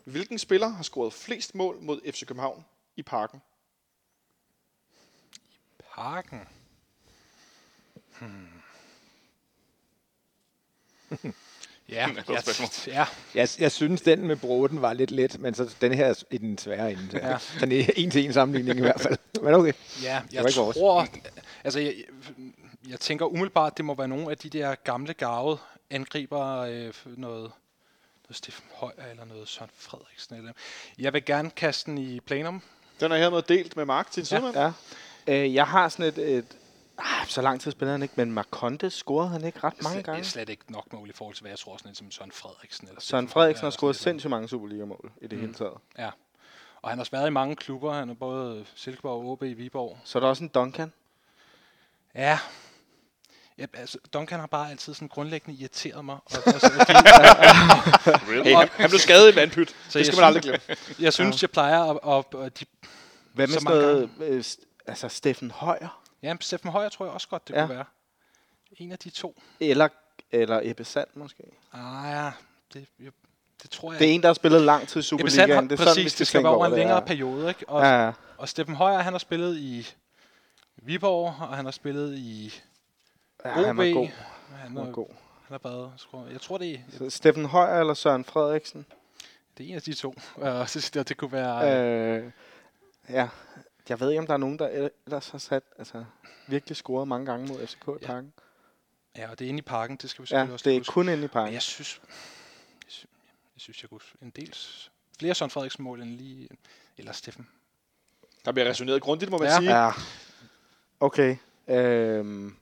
Speaker 2: Hvilken spiller har scoret flest mål mod FC København i parken?
Speaker 5: Parken. Hmm. ja,
Speaker 4: Det er et godt
Speaker 5: jeg,
Speaker 4: spørgsmål.
Speaker 5: ja,
Speaker 3: Jeg, jeg synes, den med broden var lidt let, men så den her er i den svære ende. Så.
Speaker 5: Ja.
Speaker 3: Ja. Sådan en en til en sammenligning i hvert fald. Men okay.
Speaker 5: ja,
Speaker 3: var
Speaker 5: jeg
Speaker 3: ikke vores.
Speaker 5: tror... Altså, jeg, jeg tænker umiddelbart, det må være nogle af de der gamle gavede angriber øh, noget, noget Steffen Højer eller noget Søren Frederiksen. Eller. Jeg vil gerne kaste den i plenum.
Speaker 2: Den er hermed delt med Mark til en sidemand.
Speaker 6: Ja. Øh, jeg har sådan et... et ah, så lang tid spiller han ikke, men Marconte scorede han ikke ret mange
Speaker 5: Slet-
Speaker 6: gange.
Speaker 5: Slet ikke nok mål i forhold til, hvad jeg tror, sådan en som Søren Frederiksen. Eller
Speaker 6: Søren
Speaker 5: Steffen
Speaker 6: Frederiksen
Speaker 5: Højer
Speaker 6: har scoret
Speaker 5: eller sådan et
Speaker 6: sindssygt mange Superliga-mål i
Speaker 5: Mm.
Speaker 6: det hele taget.
Speaker 5: eller andet. Ja, og han har også været i mange klubber. Han er både Silkeborg, OB, Viborg.
Speaker 6: Så er der også en Duncan.
Speaker 5: Ja. Ja, altså, Duncan har bare altid sådan grundlæggende irriteret mig. Og, altså, fordi,
Speaker 2: Hey, han, han blev skadet i en vandpyt.
Speaker 5: Så
Speaker 2: det
Speaker 5: jeg
Speaker 2: skal man aldrig glemme.
Speaker 5: jeg synes, jeg plejer at... at, at de,
Speaker 6: Hvad med
Speaker 5: Så
Speaker 6: sådan
Speaker 5: mange
Speaker 6: noget... Øh, st- altså, Steffen Højer.
Speaker 5: ja, Steffen Højer tror jeg også godt, det
Speaker 6: Ja.
Speaker 5: ja. kunne være. En af de to.
Speaker 6: Eller, eller Ebbe Sand, måske.
Speaker 5: Ah ja, det, jeg, det tror jeg
Speaker 6: Det er
Speaker 5: ikke.
Speaker 6: en, der har spillet lang tid i
Speaker 5: Ebbe Sand har-
Speaker 6: Superligaen. Det er sådan, vi
Speaker 5: præcis, det skal
Speaker 6: tænke
Speaker 5: være over en
Speaker 6: det
Speaker 5: længere
Speaker 6: er.
Speaker 5: periode. Ikke? Og, ja.
Speaker 6: Ja, ja.
Speaker 5: og Steffen Højer, han har spillet i Viborg, og han har spillet i
Speaker 6: ja,
Speaker 5: OB.
Speaker 6: han var god.
Speaker 5: Han
Speaker 6: Han var
Speaker 5: har,
Speaker 6: god.
Speaker 5: han har bare skruet. Jeg tror, det er,
Speaker 6: Så Steffen Højer eller Søren Frederiksen?
Speaker 5: det er en af de to. Og så det, det kunne være...
Speaker 6: Øh, ja. Jeg ved ikke, om der er nogen, der ellers har sat, altså, virkelig scoret mange gange mod FCK i
Speaker 5: Ja.
Speaker 6: parken.
Speaker 5: Ja, og det er inde i parken, det skal vi
Speaker 6: Ja,
Speaker 5: selvfølgelig
Speaker 6: ja
Speaker 5: også
Speaker 6: det
Speaker 5: lige
Speaker 6: er
Speaker 5: huske.
Speaker 6: kun inde i
Speaker 5: Men
Speaker 6: parken.
Speaker 5: jeg synes, jeg synes, jeg, synes, jeg kunne en del s- flere Søren Frederiksen mål end lige eller Steffen.
Speaker 2: Der bliver resoneret grundigt, må man
Speaker 5: Ja.
Speaker 2: sige.
Speaker 6: Ja. Okay. Øhm.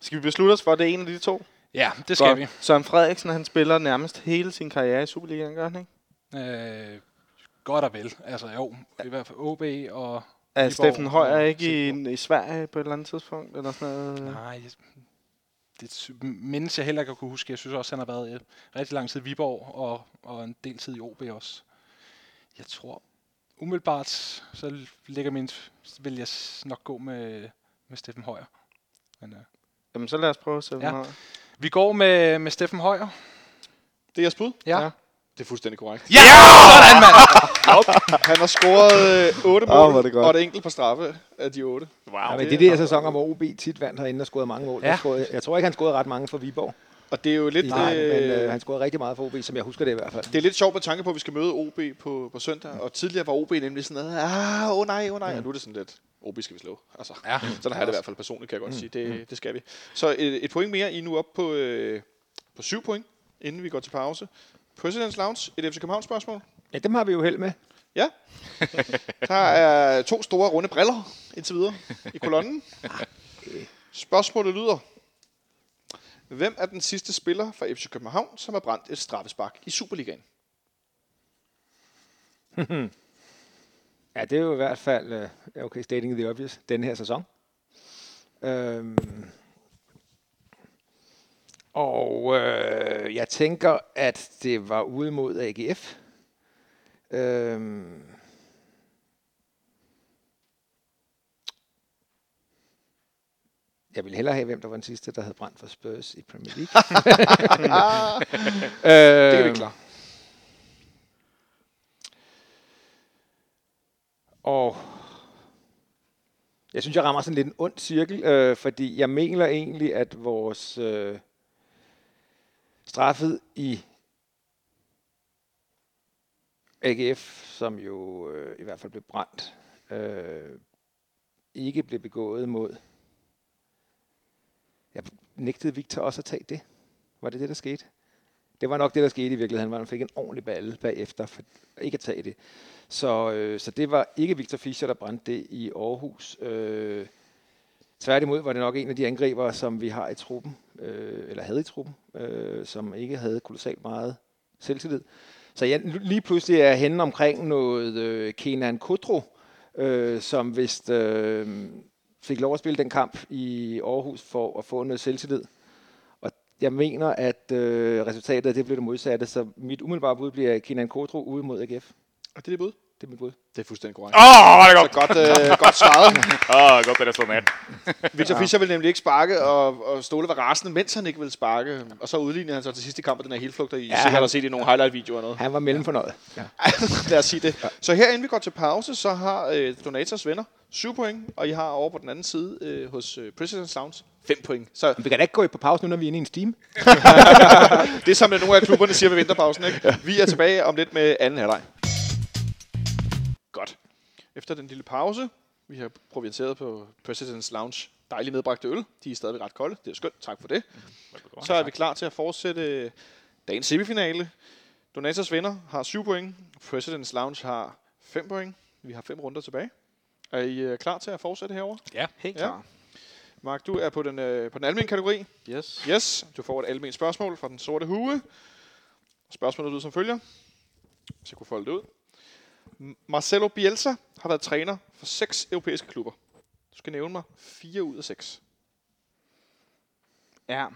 Speaker 6: Skal vi beslutte os for, at det er en af de to?
Speaker 5: Ja, det skal
Speaker 6: Godt.
Speaker 5: vi.
Speaker 6: Søren Frederiksen, han spiller nærmest hele sin karriere i Superligaen, gør han ikke?
Speaker 5: Øh, godt og vel. Altså jo, i hvert fald OB og...
Speaker 6: Er
Speaker 5: Viborg
Speaker 6: Steffen Højer
Speaker 5: og
Speaker 6: ikke i,
Speaker 5: Silkeborg.
Speaker 6: i Sverige på et eller andet tidspunkt? Eller sådan noget?
Speaker 5: Nej, det mindes jeg heller ikke at kunne huske. Jeg synes også, han har været øh, rigtig lang tid i Viborg og, og en del tid i OB også. Jeg tror umiddelbart, så ligger min, vil jeg s- nok gå med, med Steffen Højer. Men, øh,
Speaker 6: Jamen, så lad os prøve at se,
Speaker 5: Ja.
Speaker 6: ja.
Speaker 5: vi går med, med Steffen Højer.
Speaker 2: Det er jeres bud?
Speaker 5: Ja.
Speaker 2: Det er fuldstændig korrekt.
Speaker 5: Ja! Sådan, mand!
Speaker 2: Han har scoret 8 mål,
Speaker 6: Åh, hvor er det godt.
Speaker 2: og det enkelt på straffe af de 8. Wow.
Speaker 3: Ja, men det er de her sæsoner, hvor OB tit vandt herinde og scorede mange mål.
Speaker 5: Ja.
Speaker 3: Ja. Jeg, scorede, jeg tror ikke, han scorede ret mange for Viborg.
Speaker 2: Og det er jo lidt,
Speaker 3: Nej,
Speaker 2: øh,
Speaker 3: men øh, han scorede rigtig meget for OB, som jeg husker det i hvert fald.
Speaker 2: det er lidt sjovt med tanke på, at vi skal møde OB på, på søndag. Og tidligere var OB nemlig sådan noget, ah, åh oh nej, åh oh nej. Og nu er det sådan lidt, OB skal vi slå. Altså,
Speaker 5: Mm. Ja. Mm.
Speaker 2: sådan har jeg det i hvert fald personligt, kan jeg godt sige. Det, det skal vi. Så et, et point mere. I er nu oppe på, øh, på 7 point, inden vi går til pause. President's Lounge, et FC København spørgsmål.
Speaker 3: Ja, dem har vi jo held med.
Speaker 2: Ja. Der er to store runde briller indtil videre i kolonnen. Spørgsmålet lyder. Hvem er den sidste spiller fra FC København, som har brændt et straffespark i Superligaen?
Speaker 3: Ja, det er jo i hvert fald, øh, ja, okay, stating the obvious, den her sæson. Øhm, og øh, jeg tænker, at det var ude mod AGF. Øhm, jeg ville hellere have, hvem der var den sidste, der havde brændt for Spurs i Premier League. øh,
Speaker 2: Det kan vi klare.
Speaker 3: Og jeg synes, jeg rammer sådan lidt en ond cirkel, øh, fordi jeg mener egentlig, at vores øh, straffet i AGF, som jo øh, i hvert fald blev brændt, øh, ikke blev begået mod... Jeg nægtede Victor også at tage det. Var det det, der skete? Det var nok det, der skete i virkeligheden, hvor han fik en ordentlig balle bagefter, for ikke at tage det. Så, øh, så det var ikke Victor Fischer, der brændte det i Aarhus. Øh, tværtimod var det nok en af de angriber, som vi har i truppen, øh, eller havde i truppen, øh, som ikke havde kolossalt meget selvtillid. Så jeg, lige pludselig er jeg henne omkring noget øh, Kenan Kudro, øh, som vist øh, fik lov at spille den kamp i Aarhus for at få noget selvtillid. Og jeg mener, at øh, resultatet af det blev det modsatte, så mit umiddelbare bud bliver Kenan Kudro ude mod AGF.
Speaker 2: Og det er det bud.
Speaker 3: Det er mit bud.
Speaker 2: Det er fuldstændig korrekt.
Speaker 4: Åh, hvor er Ah, det godt!
Speaker 2: Så godt, øh, godt svaret.
Speaker 4: Åh, godt, det er slået med.
Speaker 2: Victor Fischer ville nemlig ikke sparke, og, og Ståle var rasende, mens han ikke ville sparke. Og så udlignede han så til sidste kamp, og den her helflugter, I ja, sikkert
Speaker 3: han-
Speaker 2: har set i nogle highlight-videoer eller noget.
Speaker 3: Han var mellemfornøjet. Ja.
Speaker 2: Lad os sige det. Så her inden vi går til pause, så har øh, Donators venner 7 point, og I har over på den anden side øh, hos øh, President Sounds 5 point. Så
Speaker 3: Vi kan da ikke gå i på pause nu, når vi er inde i en steam.
Speaker 2: det er som nogle af klubberne siger ved vinterpausen. Ikke? Vi er tilbage om lidt med anden halvleg. Godt. Efter den lille pause, vi har provianteret på President's Lounge dejligt medbragte øl. De er stadigvæk ret kolde. Det er skønt. Tak for det.
Speaker 6: Mhm.
Speaker 2: Så er vi klar til at fortsætte dagens semifinale. Donatas venner har 7 point. President's Lounge har 5 point. Vi har fem runder tilbage. Er I øh, klar til at fortsætte herover?
Speaker 6: Helt
Speaker 2: Ja.
Speaker 6: klar.
Speaker 2: Mark, du er på den, øh, på den almindelige kategori.
Speaker 6: Yes.
Speaker 2: Yes, du får et almindeligt spørgsmål fra den sorte hue. Spørgsmålet lyder som følger, hvis jeg kunne folde det ud. M- Marcelo Bielsa har været træner for seks europæiske klubber. Du skal nævne mig fire ud af seks.
Speaker 6: Ja.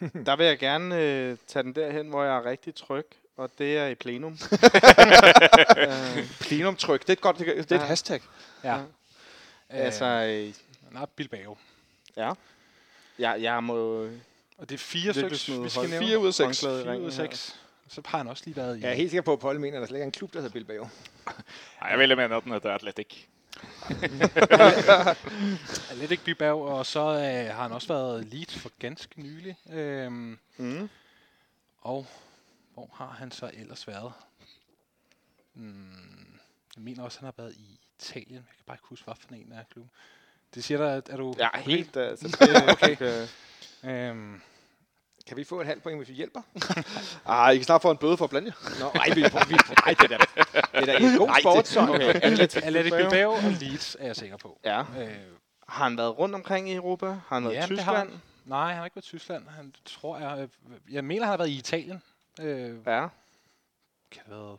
Speaker 6: Der vil jeg gerne øh, tage den derhen, hvor jeg er rigtig tryg, og det er i plenum. øh,
Speaker 2: Plenumtryk, det er, et godt, det er det er et
Speaker 6: Ja.
Speaker 2: hashtag.
Speaker 5: Ja.
Speaker 6: altså,
Speaker 5: Øh,
Speaker 6: øh,
Speaker 5: nej, Bilbao.
Speaker 6: jeg, jeg må... øh,
Speaker 5: Og det er fire
Speaker 6: Lidt ligesom
Speaker 5: stykker,
Speaker 6: besmidt
Speaker 5: vi skal
Speaker 6: hånd.
Speaker 5: nævne.
Speaker 2: Fire ud af seks.
Speaker 6: håndklæde i
Speaker 5: Fire ud
Speaker 6: ringen
Speaker 5: af seks. Så har han også lige været i.
Speaker 3: Jeg er helt sikker på, at Paul mener, at der slet ikke er en klub, der hedder Bilbao.
Speaker 4: Ej, jeg ville mene, at den hedder Atletic.
Speaker 5: Atletic Bilbao, og så øh, har han også været lead for ganske nylig. Øhm,
Speaker 6: Mm.
Speaker 5: og hvor har han så ellers været? Mm, jeg mener også, han har været i Italien. Jeg kan bare ikke huske, hvad for en af klubben. Det siger dig, at er du...
Speaker 6: Ja, helt altså. Det, okay.
Speaker 5: Øhm,
Speaker 3: Kan vi få et halvt point, hvis vi hjælper?
Speaker 2: Ah, I kan snart få en bøde for at blande jer.
Speaker 3: Nå, nej, vi, vi, nej det er da, det er da en god sportsson.
Speaker 6: okay. Atletic
Speaker 5: Atletic
Speaker 6: Bilbao.
Speaker 5: Bilbao og Leeds er jeg sikker på.
Speaker 6: Ja.
Speaker 5: Øh,
Speaker 6: Har han været rundt omkring i Europa? Har han været i
Speaker 5: Ja, det har
Speaker 6: Tyskland?
Speaker 5: han. nej, han har ikke været i Tyskland. Han tror jeg... øh, Jeg mener, han har været i Italien. Øh,
Speaker 6: Ja.
Speaker 5: kan det have været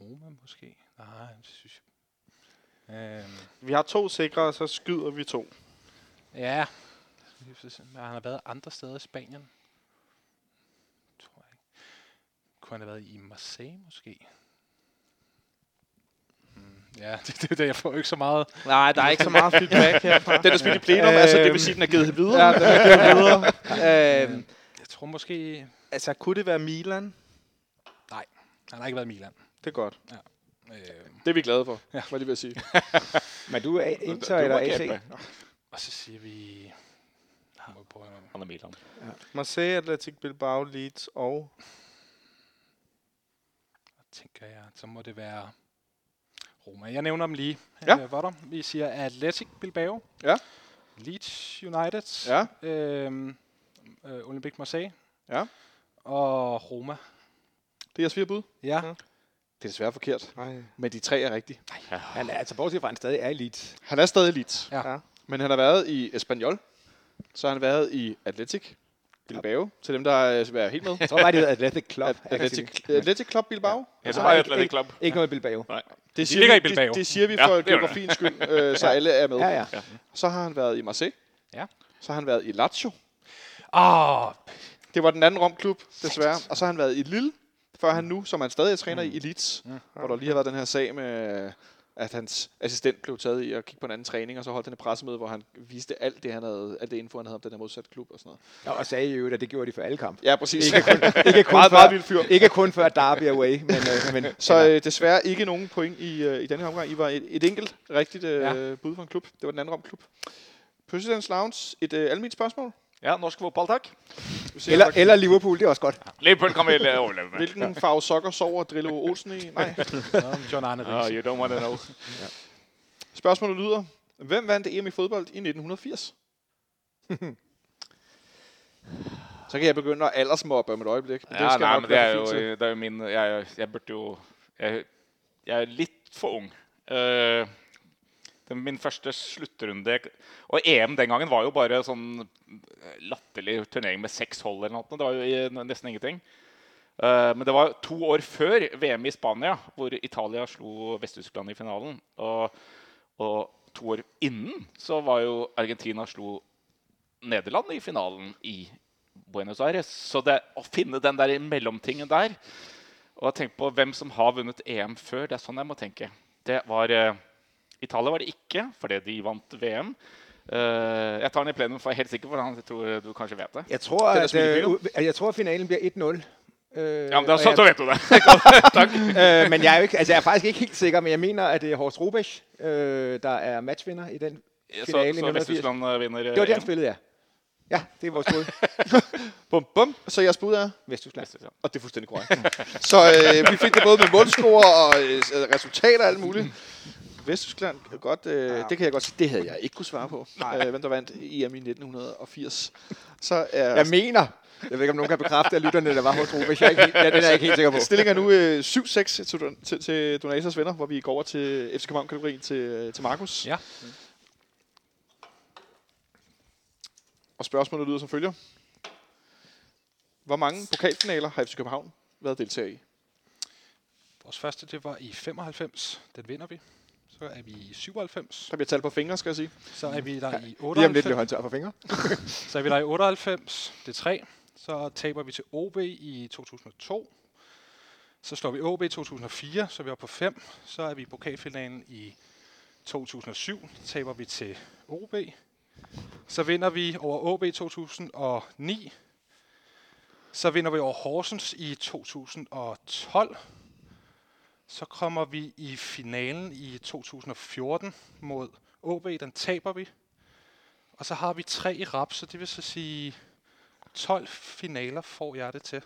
Speaker 5: Roma måske? Nej, det synes jeg. Øhm,
Speaker 6: Vi har to sikre, og så skyder vi to.
Speaker 5: ja, lige præcis. Men han har været andre steder i Spanien. Tror jeg ikke. Kunne han have været i Marseille måske? Mm, ja, det, det, det, jeg får jo ikke så meget.
Speaker 6: Nej, der er ikke så meget feedback herfra.
Speaker 2: Den er spillet i plenum, altså det
Speaker 4: Ehm.
Speaker 2: vil sige, den er givet videre.
Speaker 6: Ja, den er givet videre. øhm,
Speaker 5: Jeg tror måske...
Speaker 6: altså, kunne det være Milan?
Speaker 5: Han har ikke været i Milan.
Speaker 6: Det er godt.
Speaker 5: Øh,
Speaker 2: Det er vi glade for, ja. var lige ved at sige.
Speaker 3: Men du er A- Inter
Speaker 2: Det
Speaker 3: eller
Speaker 2: var
Speaker 3: AC?
Speaker 2: galt, mand.
Speaker 5: og så siger vi... Nu må vi prøve at-
Speaker 4: Han er Milan.
Speaker 6: Marseille, Atletic Bilbao, Leeds og...
Speaker 5: tænker jeg, så må det være Roma. Jeg nævner dem lige.
Speaker 2: Ja.
Speaker 5: Øh, var der? Vi siger Atletic Bilbao.
Speaker 2: Ja.
Speaker 5: Leeds United.
Speaker 2: Ja,
Speaker 5: Øhm, øh, Olympique Marseille.
Speaker 2: Ja.
Speaker 5: Og Roma.
Speaker 2: det er jeres fire bud.
Speaker 5: Ja.
Speaker 6: Mhm.
Speaker 2: Det er desværre forkert,
Speaker 6: Nej.
Speaker 2: men de tre er rigtige.
Speaker 3: Han er altså bortset fra, at han stadig er elite.
Speaker 2: Han er stadig elite.
Speaker 5: Ja.
Speaker 6: Ja.
Speaker 2: Men han har været i Espanyol. Så har han været i Atletic. Bilbao. Til dem, der øh, skal være helt med.
Speaker 3: Jeg tror bare, det hedder Athletic Club.
Speaker 2: Atletic, Atletic Club Bilbao.
Speaker 3: Ja,
Speaker 2: Og så
Speaker 3: det
Speaker 2: har
Speaker 3: var
Speaker 2: jeg-
Speaker 3: Athletic
Speaker 4: Club.
Speaker 3: Ikke noget med Bilbao.
Speaker 2: Det
Speaker 5: ligger i
Speaker 2: vi,
Speaker 5: Bilbao.
Speaker 2: Det, det siger vi
Speaker 4: Ja,
Speaker 2: for
Speaker 4: det er det.
Speaker 2: geografiens skyld, øh, så alle er med.
Speaker 3: Ja, ja.
Speaker 2: Så har han været i Marseille.
Speaker 5: Ja.
Speaker 2: Så har han været i Lazio.
Speaker 5: Åh, oh,
Speaker 2: Det var den anden Romklub, desværre. Og så har han været i Lille, før han nu, som han stadig er træner
Speaker 5: Mm.
Speaker 2: i, i Leeds. Hvor der lige har været den her sag med, at hans assistent blev taget i at kigge på en anden træning, og så holdt han et pressemøde, hvor han viste alt det, han havde, alt det info, han havde om den her modsatte klub og sådan noget.
Speaker 3: Nå, Og sagde i øvrigt, at det gjorde de for alle kampe.
Speaker 2: Ja, præcis.
Speaker 3: Ikke kun, ikke kun
Speaker 2: meget,
Speaker 3: før,
Speaker 2: meget vild fyr.
Speaker 3: Ikke kun før Derby away, men, øh, men
Speaker 2: Så øh, desværre ikke nogen point i, øh, i denne her omgang. I var et, et enkelt rigtigt øh, ja. bud fra en klub. Det var den anden romklub. President's Lounge, et øh, almindeligt spørgsmål.
Speaker 4: Ja, norsk fodbold, tak.
Speaker 2: Vi ser,
Speaker 3: øh, eller,
Speaker 2: hvad-
Speaker 3: eller Liverpool, det er også godt.
Speaker 4: Liverpool kommer helt over.
Speaker 2: Hvilken farve sokker sover Drillo Olsen i? Nej.
Speaker 5: John Arne
Speaker 4: Oh,
Speaker 5: Riis.
Speaker 4: you don't want to know.
Speaker 2: Spørgsmålet lyder, hvem vandt EM i fodbold i 1980? Så kan jeg begynde at aldersmobbe om et øjeblik. Men
Speaker 4: Ja, nej,
Speaker 2: nok
Speaker 4: men det
Speaker 2: være
Speaker 4: er jo,
Speaker 2: fint til.
Speaker 4: det er jo min jeg, jeg burde jo jeg, jeg er litt for ung. Eh, det er min første sluttrunde jeg- Og EM den gangen var jo bare sånn latterlig turnering med seks hold eller noe. Det var jo i- nesten ingenting. Eh, men det var to år før VM i Spania, hvor Italia slo Vest-Tyskland i finalen. Og, og to år innen så var jo Argentina slo Nederland i finalen i Buenos Aires. Så det å finne den der mellomtingen der Og tenke på hvem som har vunnet EM før, det er sånn jeg må tenke. Det var eh, Italia var det ikke, fordi de vant VM. Eh, jeg tar den i plenum, for jeg er helt sikker på det. Jeg tror du kanskje vet det.
Speaker 3: Jeg tror, at,
Speaker 2: smidt i
Speaker 3: øh,
Speaker 2: byen.
Speaker 3: u- at jeg tror, at finalen bliver 1-0. Øh,
Speaker 4: Ja, men da,
Speaker 3: og
Speaker 4: så,
Speaker 3: jeg-
Speaker 4: så vet du det.
Speaker 3: øh, men jeg er, jo ikke, altså, jeg er faktisk ikke helt sikker, men jeg mener, at det er Horst Rubesch, øh, der er matchvinder i den.
Speaker 4: Så,
Speaker 3: Finalen i
Speaker 4: så
Speaker 3: 1980.
Speaker 4: Vest-Tyskland eh, vinner eh,
Speaker 3: Det var det, han
Speaker 4: EM.
Speaker 3: spillede, ja. Ja, det er vores bud.
Speaker 2: Bum, bum. Så jeres bud er,
Speaker 3: Vesttyskland.
Speaker 2: og det er fuldstændig korrekt. så øh, vi fik det både med målscorer og øh, s- resultater og alt muligt. Vesttyskland, kan godt, øh, det kan jeg godt sige, det havde jeg ikke kunne svare på, øh, hvem der vandt EM i 1980. Så er
Speaker 3: Jeg mener, jeg ved ikke, om nogen kan bekræfte, at lytterne, der var hos Rubesch, jeg er ikke, helt- ja, den er jeg ikke helt sikker på.
Speaker 2: Stillingen er nu øh, 7-6 til, Don- til, til Donators venner, hvor vi går over til FC København-kategorien til, øh, til Markus.
Speaker 5: Ja.
Speaker 2: Og spørgsmålet lyder som følger. Hvor mange pokalfinaler har FC København været deltager i?
Speaker 5: Vores første, det var i 95. Den vinder vi. Så er vi i 97.
Speaker 2: Der bliver talt på fingre, skal jeg sige.
Speaker 5: Så er vi der i
Speaker 3: Lige om lidt blev
Speaker 5: 98.
Speaker 3: han tør for fingre.
Speaker 5: Så er vi der i 98. Det er 3. Så taber vi til OB i 2002. Så slår vi OB i 2004, så er vi oppe på 5. Så er vi i pokalfinalen i 2007. Taber vi til OB. Så vinder vi over OB i 2009. Så vinder vi over Horsens i 2012. Så kommer vi i finalen i 2014 mod OB. Den taber vi. Og så har vi tre i rap, så det vil så sige 12 finaler får jeg det til.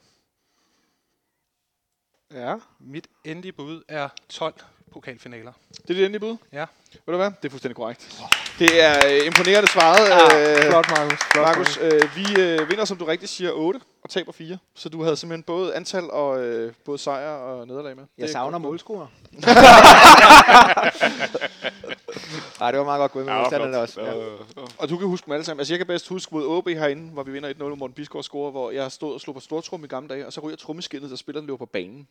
Speaker 6: Ja.
Speaker 5: Mit endelige bud er 12 pokalfinaler.
Speaker 2: Det er det endelige bud?
Speaker 5: Ja.
Speaker 2: Ved du hvad? Det er fuldstændig korrekt. Det er øh, imponerende svaret, ja, øh,
Speaker 6: Ah, Flot, Markus. Flot,
Speaker 2: Markus. Øh, vi øh, vinder, som du rigtig siger, 8 og taber 4. Så du havde simpelthen både antal og øh, både sejr og nederlag med.
Speaker 3: Jeg
Speaker 2: Det er
Speaker 3: savner
Speaker 2: godt gået.
Speaker 3: målscorer. Nej, det var meget godt gået med
Speaker 4: Ja,
Speaker 3: modstanderne
Speaker 4: flot.
Speaker 3: også. Ja.
Speaker 2: Og du kan huske dem alle sammen. Altså, jeg kan bedst huske mod OB herinde, hvor vi vinder 1-0 mod Morten Bisgaard scorer, hvor jeg stod og slog på stortrum i gamle dage, og så ryger trommeskinnet, der spilleren løber på banen.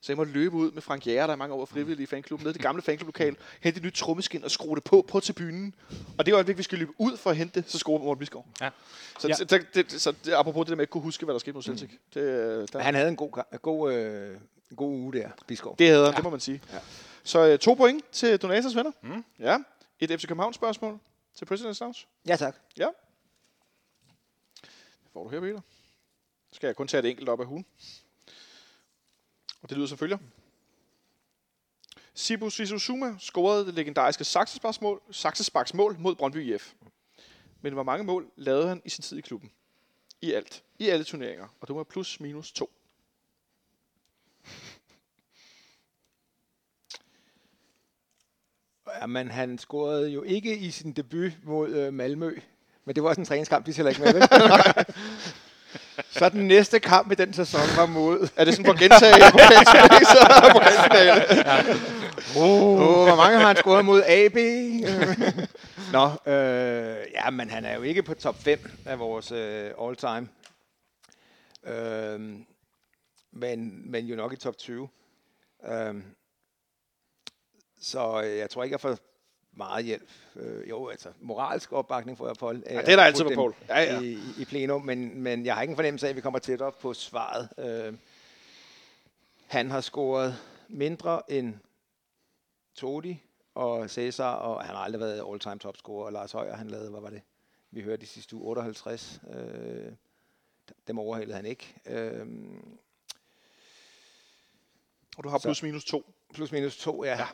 Speaker 2: Så jeg måtte løbe ud med Frank Jæger, der i mange år var frivillig i fanklubben, ned i det gamle fanklubblokale, hente et nyt trommeskin og skrue det på på tribunen. Og det øjeblik, vi skal løbe ud for at hente det, så skruer Morten Bisgaard.
Speaker 5: Ja.
Speaker 2: Så, ja.
Speaker 5: Ja.
Speaker 2: så, så, det, så det, apropos det der med, at jeg ikke kunne huske, hvad der skete mod Celtic. Mm. Det, øh, der,
Speaker 3: Han havde en god, ga- god, øh, god uge der, Biskov.
Speaker 2: det havde han, ja. det må man sige. Ja. Så øh, to point til Donators venner. Mm. Ja. Et FC København-spørgsmål til President's Lounge.
Speaker 3: Ja, tak.
Speaker 2: Ja. Det får du her, Peter. Så skal jeg kun tage et enkelt op af hun. Og det lyder som følger. Sibu Sissoko scorede det legendariske saksesparksmål, saksesparksmål mod Brøndby IF. Men hvor mange mål lavede han i sin tid i klubben? I alt. I alle turneringer. Og du var plus minus to.
Speaker 3: Ja, men han scorede jo ikke i sin debut mod øh, Malmø. Men det var også en træningskamp, de tæller ikke med, vel? Så den næste kamp i den sæson var mod...
Speaker 2: Er det sådan på gentag? på gentag, så er der på gentag. Uh.
Speaker 3: Oh, hvor mange har han scoret mod AB? Nå, øh, ja, men han er jo ikke på top 5 af vores øh, all-time. Øh, men, men jo nok i top 20. Øh, så øh, jeg tror ikke, jeg får meget hjælp. Øh, jo, altså moralsk opbakning får jeg, Paul. Ja,
Speaker 2: Ah, det er der altid på, Poul. Ja,
Speaker 3: Ja,
Speaker 2: ja.
Speaker 3: ja. I, i plenum, men, men jeg har ikke en fornemmelse af, at vi kommer tættere på svaret. Øh, han har scoret mindre end Todi og Cæsar, og han har aldrig været all-time topscorer, og Lars Højer, han lavede, hvad var det, vi hørte i sidste uge, 58. Øh, dem overhalede han ikke. Øh,
Speaker 2: Og du har
Speaker 3: Så.
Speaker 2: plus minus to.
Speaker 3: plus minus to, ja. ja.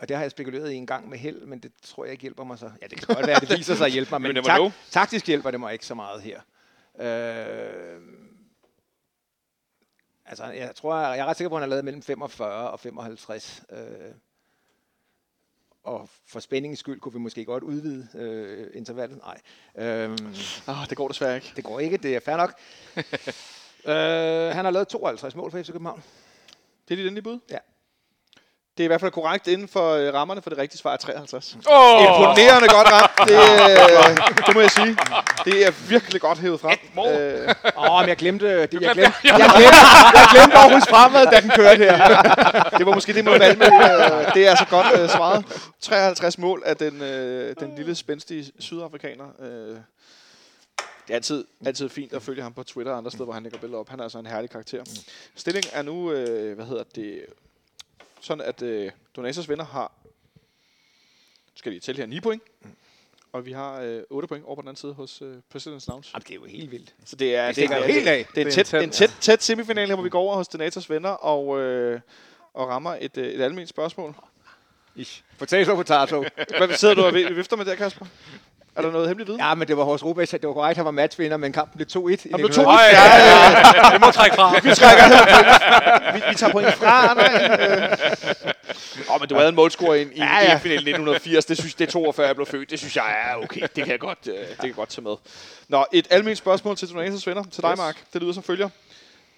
Speaker 3: Og det har jeg spekuleret i en gang med held, men det tror jeg ikke hjælper mig så. Ja, det kan godt være, det viser sig at hjælpe mig, men tak, taktisk hjælper det mig ikke så meget her. Øh, altså, jeg tror, jeg, jeg er ret sikker på, at han har lavet mellem 45 og 55. Øh, og for spændingens skyld kunne vi måske godt udvide øh, intervallet. Nej, øh,
Speaker 2: Ah, det går desværre ikke.
Speaker 3: det går ikke, det er fair nok. øh, han har lavet 52 mål for FC København.
Speaker 2: Det er dit endelige bud?
Speaker 3: Ja.
Speaker 2: Det er i hvert fald korrekt inden for øh, rammerne, for det rigtige svar er 53. Oh.
Speaker 4: Åh!
Speaker 2: Imponerende godt ret, det, øh, det må jeg sige. Det er virkelig godt hævet frem.
Speaker 4: Et mål.
Speaker 2: Øh,
Speaker 3: Åh, oh, men jeg glemte det. Jeg glemte, jeg glemte, jeg glemte Aarhus fremad, da den kørte her.
Speaker 2: det var måske det mod Malmø. Øh, det er altså godt øh, svaret. 53 mål af den, øh, den lille spændstige sydafrikaner. Øh, det er altid, altid fint at følge ham på Twitter og andre steder, hvor han lægger billeder op. Han er altså en herlig karakter. Stillingen er nu, øh, hvad hedder det, sådan at øh, Donatas venner har, nu skal jeg lige tælle her, 9 point. Og vi har øh, 8 point over på den anden side hos øh, President's Lounge.
Speaker 3: Jamen, det er jo helt vildt.
Speaker 2: Så det er, det,
Speaker 3: Det stikker
Speaker 2: er,
Speaker 3: jo
Speaker 2: det,
Speaker 3: helt af.
Speaker 2: det er en tæt, en tæt, tæt semifinal her, hvor vi går over hos Donators venner og, øh, og rammer et, øh, et almindeligt spørgsmål.
Speaker 3: Ish. Potato, potato.
Speaker 2: Hvad sidder du og vi- vifter med der, Kasper? Er der noget hemmeligt viden?
Speaker 3: ja, men det var Horst Rubæs, det var korrekt, han var matchvinder, men kampen blev 2-1. i
Speaker 2: Jamen, du
Speaker 3: 1900.
Speaker 2: tog
Speaker 5: Øj, ja, ja, ja. Det må trække fra.
Speaker 2: vi, vi tager point fra, nej. Åh, oh, men du havde en målscore i, i, ja, ja. i finalen 1980. Det, synes, det er 42, jeg blev født. Det synes jeg er okay. Det kan jeg godt, øh, det kan jeg godt tage med. Nå, et almindeligt spørgsmål til Donators venner. Til dig, Mark. Det lyder som følger.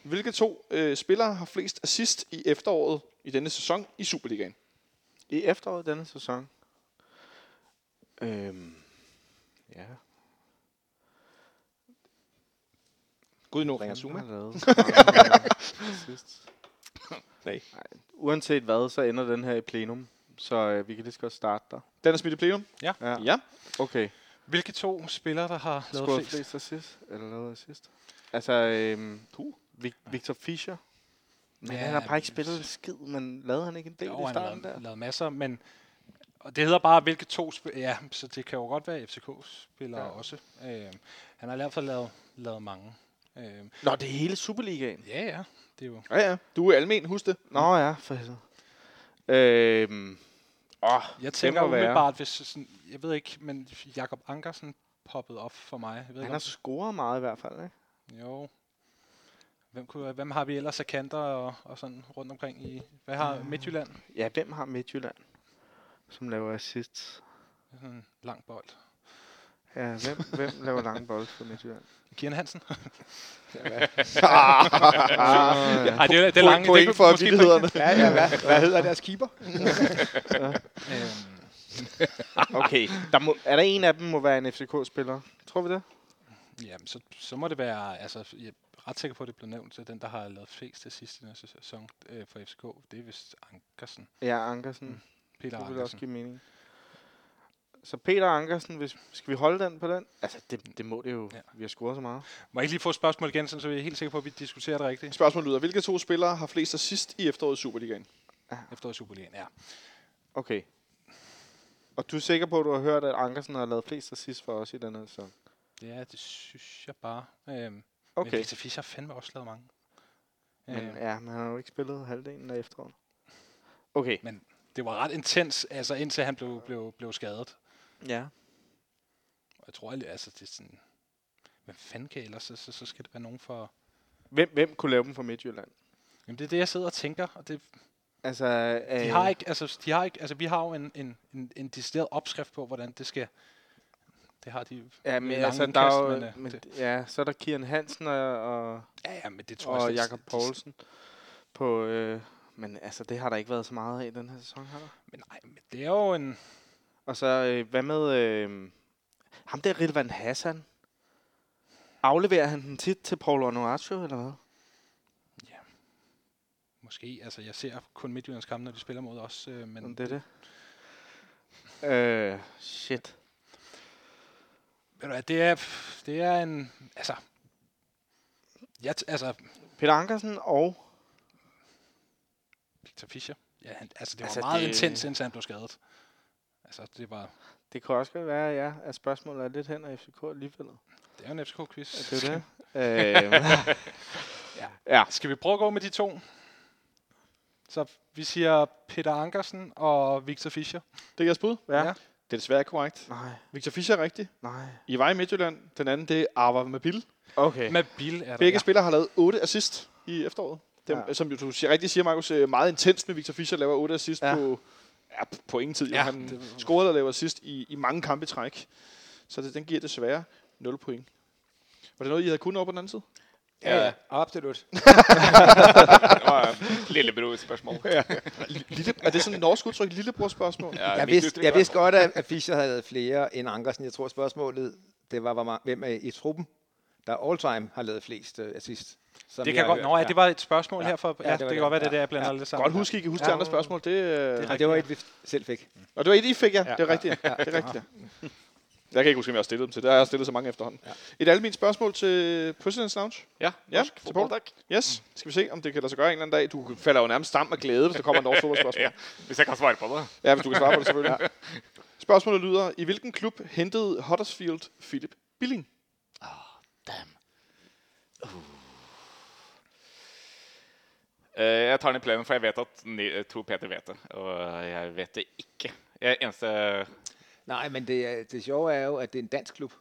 Speaker 2: Hvilke to øh, spillere har flest assist i efteråret i denne sæson i Superligaen?
Speaker 6: I efteråret denne sæson. Øhm, ja.
Speaker 3: Gud, nu ringer Zuma.
Speaker 6: Hvem har lavet mange sidst?
Speaker 2: Nej.
Speaker 6: Ej, Uanset hvad, så ender den her i plenum. Så øh, vi kan lige så godt starte der.
Speaker 2: Den er smidt i plenum.
Speaker 5: Ja.
Speaker 6: Ja.
Speaker 2: ja.
Speaker 6: Okay.
Speaker 5: Hvilke to spillere, der har lavet
Speaker 6: Skåret
Speaker 5: flest?
Speaker 6: flest assist? Eller lavet assist? Altså, øhm, Vic- Victor Fischer. Men
Speaker 5: Ja,
Speaker 6: ja, han har bare ikke
Speaker 5: men-
Speaker 6: spillet en skid, men lavede han ikke en del
Speaker 5: Jo,
Speaker 6: i
Speaker 5: han har
Speaker 6: starten
Speaker 5: lavet,
Speaker 6: der?
Speaker 5: lavet masser, men... Og det hedder bare, hvilke to spillere... Ja, så det kan jo godt være FCK-spillere ja. også. Øh, han har i hvert fald lavet, lavet mange. Øh,
Speaker 6: Nå, det er hele Superligaen.
Speaker 5: ja, ja. Det er jo...
Speaker 2: Ja, ja. Du er almen, husk det.
Speaker 6: Nå ja, for helvede. Øhm, åh,
Speaker 5: Jeg tænker
Speaker 6: må være.
Speaker 5: umiddelbart, hvis sådan... Jeg ved ikke, men Jakob Ankersen poppede op for mig. Jeg ved
Speaker 6: han
Speaker 5: ikke,
Speaker 6: har
Speaker 5: om,
Speaker 6: scoret meget i hvert fald, ikke?
Speaker 5: Jo. Hvem, kunne, hvem har vi ellers af kanter og, og sådan rundt omkring i... Hvad har Midtjylland?
Speaker 6: Ja, hvem har Midtjylland, som laver assist?
Speaker 5: Sådan en lang bold.
Speaker 6: Ja, hvem, hvem laver lange bolde for Midtjylland?
Speaker 5: Kian Hansen?
Speaker 6: Ah, ja.
Speaker 5: Nej, det er, det er
Speaker 2: Point-
Speaker 5: lange.
Speaker 2: point
Speaker 5: det er,
Speaker 2: for
Speaker 5: måske
Speaker 2: vildhederne.
Speaker 3: Ja, ja, hvad, hvad hedder deres keeper?
Speaker 5: point. Øhm,
Speaker 6: Okay, der må, er der en af dem, må være en FCK-spiller? Tror vi det?
Speaker 5: Jamen, så, så må det være altså, ja, ret sikker på, at det blev nævnt, så den, der har lavet flest assist i den her sæson øh, for FCK, det er vist Ankersen.
Speaker 6: Ja, Ankersen.
Speaker 5: Mm,
Speaker 6: Mm,
Speaker 5: Peter
Speaker 6: det ville også
Speaker 5: Ankersen.
Speaker 6: give mening. Så Peter Ankersen, hvis, skal vi holde den på den? Altså, det, det må det jo.
Speaker 5: Ja.
Speaker 6: Ja. Vi har scoret så meget.
Speaker 5: Må jeg ikke lige få et spørgsmål igen, sådan, så vi er helt sikre på, at vi diskuterer det rigtigt
Speaker 2: Spørgsmålet lyder, hvilke to spillere har flest assist i efteråret i Superligaen?
Speaker 5: efter Superligaen? Ja.
Speaker 6: Okay. Og du er sikker på, at du har hørt, at Ankersen har lavet flest assist for os i den her sæson?
Speaker 5: ja, det synes jeg bare. Øhm, Men
Speaker 6: Okay.
Speaker 5: Victor Fischer har fandme også lavet mange.
Speaker 6: Men,
Speaker 5: Men,
Speaker 6: ja, men han har jo ikke spillet halvdelen af efteråret. Okay.
Speaker 5: det var ret intens, altså indtil han blev, blev, blev skadet.
Speaker 6: Ja.
Speaker 5: Og jeg tror, aldrig, altså, det er sådan... Hvem fanden kan ellers? Så, så, så skal det være nogen for...
Speaker 6: Hvem, hvem kunne lave dem for Midtjylland?
Speaker 5: Jamen, det er det, jeg sidder og tænker, og det,
Speaker 6: Altså,
Speaker 5: de
Speaker 6: øh,
Speaker 5: har ikke, altså, de har ikke, altså, vi har jo en, en, en, en decideret opskrift på, hvordan det skal... Det har de...
Speaker 6: Ja, men
Speaker 5: lange
Speaker 6: altså, der er jo,
Speaker 5: indkast, men, øh,
Speaker 6: men, men,
Speaker 5: det-
Speaker 6: ja, så er der Kian Hansen og, og,
Speaker 5: Ja, ja, men det tror
Speaker 6: og
Speaker 5: jeg... slet-
Speaker 6: Jakob Poulsen på... Øh, men altså, det har der ikke været så meget af i den her sæson, har der?
Speaker 5: Men nej, men det er jo en...
Speaker 6: Og så, øh, hvad med... Øh, ham der, Rilvan Hassan. Afleverer han den tit til Paul Onuaccio, eller hvad?
Speaker 5: Måske, altså jeg ser kun Midtjyllands kampe, når de spiller mod os, øh, men
Speaker 6: Om det er det. Øh, shit.
Speaker 5: ved du hvad, det er, det er en, altså, jeg, t- altså,
Speaker 6: Peter Ankersen og...
Speaker 5: Victor Fischer, ja, han, altså det var altså,
Speaker 6: Altså,
Speaker 5: meget det...
Speaker 6: det-
Speaker 5: intens, indtil han blev skadet. Altså, det var,
Speaker 6: Det kunne også godt være, ja, at spørgsmålet er lidt hen af FCK alligevel.
Speaker 5: det er jo en FCK-quiz.
Speaker 6: Er det det? øh, ja.
Speaker 5: Skal vi prøve at gå med de to? Så vi siger Peter Ankersen og Victor Fischer.
Speaker 2: Det er jeres bud?
Speaker 6: Ja.
Speaker 5: Ja.
Speaker 2: Det er desværre korrekt.
Speaker 6: Nej,
Speaker 2: Victor Fischer er rigtig.
Speaker 6: nej.
Speaker 2: I var i Midtjylland. Den anden, det er Arva Mabil.
Speaker 6: Okay.
Speaker 5: Med Bill er der.
Speaker 2: Begge spillere har lavet otte assist i efteråret. Dem, ja.
Speaker 6: Ja.
Speaker 2: Som jo du siger, rigtig siger, Markus, øh, meget intens med Victor Fischer laver otte assist ja.
Speaker 6: Ja.
Speaker 2: på, ja, p- på ingen tid. Ja,
Speaker 5: Ja,
Speaker 2: han
Speaker 5: det-
Speaker 2: scorede og laver assist i, i mange kampe i træk. Så det, den giver desværre 0 point. Var det noget, I havde kunnet over på den anden side?
Speaker 3: Ja, ja, absolut.
Speaker 4: Det var et lillebror-spørsmål. Ja,
Speaker 2: Lille, er det sådan et norsk udtryk? Lillebror-spørgsmål? Ja.
Speaker 3: Jeg
Speaker 4: vi
Speaker 3: vidste,
Speaker 4: dygtige
Speaker 3: jeg
Speaker 4: børn.
Speaker 3: vidste godt, at at Fischer havde lavet flere end Ankersen. Jeg tror, spørgsmålet det var, hvor mange, hvem er i truppen, der all-time har lavet flest øh, assist. som
Speaker 5: Det
Speaker 3: vi
Speaker 5: kan
Speaker 3: har
Speaker 5: godt,
Speaker 3: hørt.
Speaker 5: nå ja, det var et spørgsmål ja. her for, ja,
Speaker 3: det
Speaker 5: ja,
Speaker 3: var
Speaker 5: det, kan
Speaker 3: det.
Speaker 5: godt være, det er
Speaker 3: Ja.
Speaker 5: der, jeg blander ja. lidt sammen.
Speaker 2: Godt huske, I kan huske ja. de andre spørgsmål. Det, det
Speaker 5: rigtigt.
Speaker 3: Og det var et, vi f- selv fik.
Speaker 2: Og det var et, I fik, ja. ja. Det er rigtigt. Ja. Det er rigtigt. Ja. Jeg kan ikke huske, om jeg har stillet dem til. Der har jeg stillet så mange efterhånden. Ja. Et almindeligt spørgsmål til President's Lounge.
Speaker 4: Ja,
Speaker 2: Ja,
Speaker 4: norsk
Speaker 2: til
Speaker 4: fodbold,
Speaker 2: Poul.
Speaker 4: tak.
Speaker 2: Yes. Skal vi se, om det kan lade sig gøre en eller anden dag. Du falder jo nærmest sammen af glæde, hvis der kommer et norsk fodboldspørgsmål. ja.
Speaker 4: Hvis jeg kan svare på det.
Speaker 2: ja, hvis du kan svare på det selvfølgelig. Ja. Spørgsmålet lyder, i hvilken klub hentede Huddersfield Philip Billing?
Speaker 4: Eh, Jeg tar den i plenen, for jeg vet at ni- jeg tror Peter vet det. Og jeg vet det ikke. Jeg er eneste
Speaker 3: Nej, men det, er- det sjove er jo, at det er en dansk klub.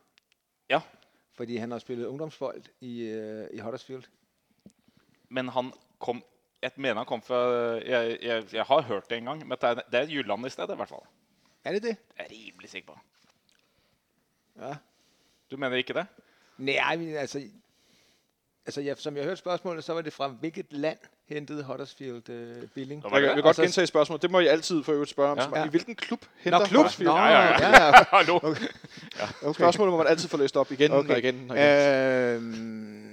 Speaker 4: Ja.
Speaker 3: Fordi han har spillet ungdomsbold i, øh, i Huddersfield.
Speaker 4: Men han kom Jeg mener han kom fra Jeg, jeg, jeg har hørt det en gang, men det er, det er Jylland i stedet, i hvert fall.
Speaker 3: Er det det?
Speaker 4: Jeg er rimelig sikker på.
Speaker 3: Ja.
Speaker 4: Du mener ikke det?
Speaker 3: Nej, men altså... Altså, jeg, som jeg hørte spørgsmålet, så var det fra hvilket land hentede Huddersfield øh, Billing?
Speaker 4: Nå, var
Speaker 2: Jeg, jeg vil godt
Speaker 3: Og så-
Speaker 2: gentage spørgsmålet. Det må I altid for øvrigt spørge om.
Speaker 4: Ja.
Speaker 2: Ja. I hvilken klub
Speaker 3: Nå,
Speaker 2: henter
Speaker 3: klub!
Speaker 2: Huddersfield?
Speaker 3: Nå,
Speaker 2: Nå.
Speaker 3: ja,
Speaker 4: ja,
Speaker 3: ja. ja, ja.
Speaker 4: Hallo!
Speaker 2: Okay. Spørgsmålet må man altid få læst op igen okay. Øh,
Speaker 6: Okay.
Speaker 2: og igen. Og igen.
Speaker 3: Øhm,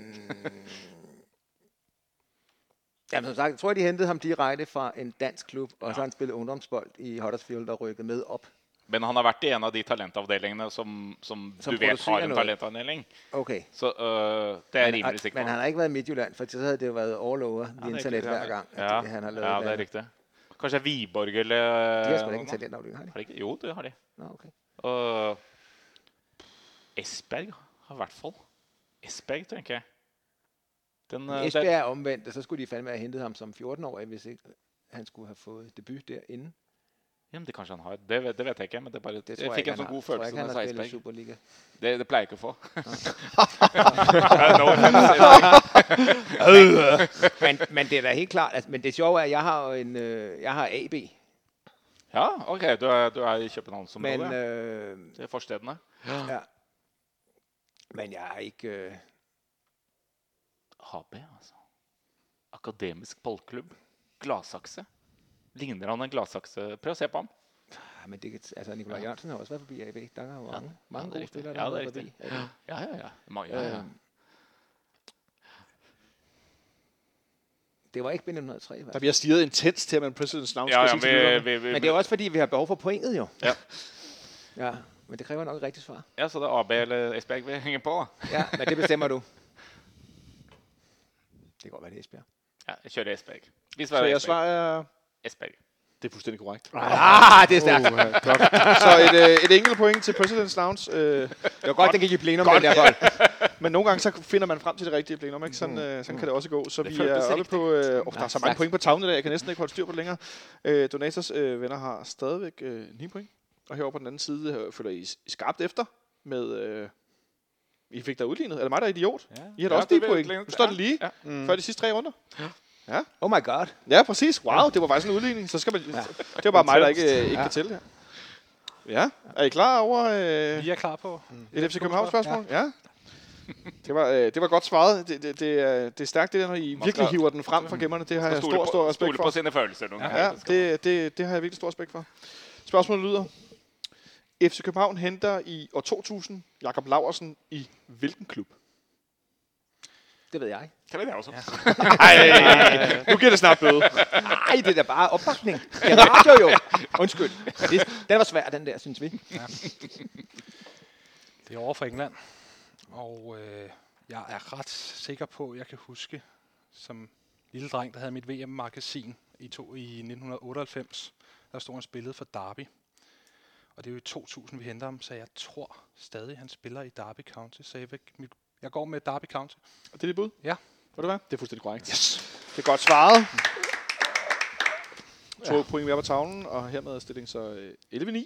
Speaker 3: Jamen, som sagt, jeg tror, de hentede ham direkte fra en dansk klub, og så har han spillet ungdomsbold i Huddersfield og rykket med op.
Speaker 4: Men han har vært i en av de talentavdelingene som, som,
Speaker 3: Som
Speaker 4: du vet har
Speaker 3: producerer
Speaker 4: en
Speaker 3: noget.
Speaker 4: talentavdeling.
Speaker 3: Okay.
Speaker 4: Så øh, det er jeg rimelig sikker på.
Speaker 3: men han har ikke været i Midtjylland, for så havde det jo været all over ja, internet hver gang, at
Speaker 4: ja,
Speaker 3: det, han har lavet
Speaker 4: ja, det er
Speaker 3: der.
Speaker 4: riktig. Kanskje Viborg eller
Speaker 3: De har sgu da ikke en
Speaker 4: noe.
Speaker 3: talentafdeling, har de?
Speaker 4: Har de ikke? Jo, det har de.
Speaker 3: Nå, okay.
Speaker 4: Og Esberg har i hvert fall Esberg, tenker jeg. Den, eh,
Speaker 3: Esbjerg
Speaker 4: der-
Speaker 3: er omvendt, og så skulle de fandme have hentet ham som 14-årig, hvis ikke han skulle have fået debut derinde.
Speaker 4: Jamen, det kanskje han har. Det vet, det vet jeg ikke, men det er bare,
Speaker 3: Det tror
Speaker 4: jeg fikk
Speaker 3: ikke,
Speaker 4: en
Speaker 3: han
Speaker 4: sånn
Speaker 3: har.
Speaker 4: god
Speaker 3: Tror jeg
Speaker 4: følelse altså,
Speaker 3: ikke, han
Speaker 4: med
Speaker 3: har spillet
Speaker 4: Esberg.
Speaker 3: Superliga.
Speaker 4: Det, det pleier jeg ikke å få. Ja, no offense,
Speaker 3: men, men det er da helt klart, at, men det sjove er, at jeg har, jo en, øh, jeg har AB,
Speaker 4: Esbjerg. ja, OK, du er, du er i
Speaker 3: men,
Speaker 4: Københavnsområdet.
Speaker 3: øh,
Speaker 4: Det er forstedene.
Speaker 3: ja. men jeg er ikke... Øh,
Speaker 4: HB, altså. Akademisk ballklubb. Gladsakse. Ligner han en gladsakse? Prøv å se på ham.
Speaker 3: ah, men det, kan- altså, Nikolaj Jørgensen har også været forbi AB. Der er jo mange,
Speaker 4: Ja, det er
Speaker 3: mange gode
Speaker 4: riktig.
Speaker 3: spillere, der
Speaker 4: Ja,
Speaker 3: har
Speaker 4: det er
Speaker 3: været
Speaker 4: riktig.
Speaker 3: forbi. AB.
Speaker 4: Ja, ja, ja. Ma- ja, ja.
Speaker 3: Øhm, Det var ikke med 1903.
Speaker 2: Der
Speaker 3: Hva?
Speaker 2: bliver stiget intens til, at man President's Lounge
Speaker 4: Ja, øh, ja,
Speaker 2: skal sige til
Speaker 4: med,
Speaker 2: lytterne.
Speaker 4: med, med,
Speaker 3: Men det er også fordi, vi har behov for pointet jo.
Speaker 4: Ja.
Speaker 3: ja. Men det kræver nok et rigtigt svar.
Speaker 4: ja, så det er AB eller Esbjerg, vi henger på.
Speaker 3: Ja, men det bestemmer du. Det kan godt være, det er Esbjerg.
Speaker 4: Ja, jeg kjører Esbjerg. Vi
Speaker 2: Så
Speaker 4: svarer
Speaker 2: jeg
Speaker 4: Esbjerg.
Speaker 2: svarer,
Speaker 4: Esbjerg.
Speaker 2: det er fuldstændig korrekt.
Speaker 3: Ah, det er stærkt.
Speaker 6: Uha, godt.
Speaker 2: Så et, øh, et enkelt point til President's Lounge. Øh,
Speaker 3: Det var godt, den gik i plenum, den der bold.
Speaker 2: men nogle gange så finder man frem til det rigtige plenum, ikke? Sådan, øh, sådan kan det også gå. Så vi
Speaker 4: føltes
Speaker 2: er oppe
Speaker 4: rigtigt.
Speaker 2: på... Øh, oh, der er så mange
Speaker 3: stærkt.
Speaker 2: point på tavlen i dag, jeg kan næsten ikke holde styr på det længere. Øh, Donators øh, venner har stadigvæk øh, 9 point. Og herovre på den anden side øh, følger I s- skarpt efter med... Øh, I fik der udlignet. Er det mig, der er idiot? Ja. I har da
Speaker 4: Ja,
Speaker 2: også 9
Speaker 4: det er
Speaker 2: point.
Speaker 4: lidt-
Speaker 2: Nu står det lige
Speaker 4: Ja.
Speaker 5: Mm.
Speaker 2: før de sidste tre runder.
Speaker 3: Oh my god.
Speaker 2: Ja, præcis. Wow, det var faktisk en udligning. Så skal man, ja. Det var bare mig, der ikke, øh, ikke ja. kan tælle her. Ja. Er I klar over øh,
Speaker 5: Vi er klar på.
Speaker 2: et FC København-spørgsmål? Ja. Det var, øh, det var godt svaret. Det, det, det, er, det er stærkt, det der, når I virkelig
Speaker 4: godt.
Speaker 2: hiver den frem fra gemmerne. Det har jeg
Speaker 4: Stole
Speaker 2: stor, stor
Speaker 4: på,
Speaker 2: respekt
Speaker 4: stole på
Speaker 2: for.
Speaker 4: sine følelser. Nogle gange.
Speaker 2: Ja, det, det, det har jeg virkelig stor respekt for. Spørgsmålet lyder. FC København henter i år 2000 Jakob Laversen i hvilken klub?
Speaker 3: Det ved jeg.
Speaker 4: Kan vi det også?
Speaker 2: Nu giver det snart bøde.
Speaker 3: Nej, det er da bare opbakning. Det er radio jo. Undskyld. Det, den var svær, den der, synes vi.
Speaker 5: Det er over for England. Og øh, jeg er ret sikker på, jeg kan huske, som lille dreng, der havde mit VM-magasin i, to, i 1998, der stod han spillet for Derby. Og det er jo i 2000, vi henter ham, så jeg tror stadig, han spiller i Derby County. Så jeg, vil, mit, jeg går med Derby County.
Speaker 2: Det er dit bud?
Speaker 5: Ja.
Speaker 2: Ved du hvad? Det er fuldstændig korrekt. Yes. Det er godt svaret. To ja. point mere på tavlen, og hermed er stillingen så øh, 11-9.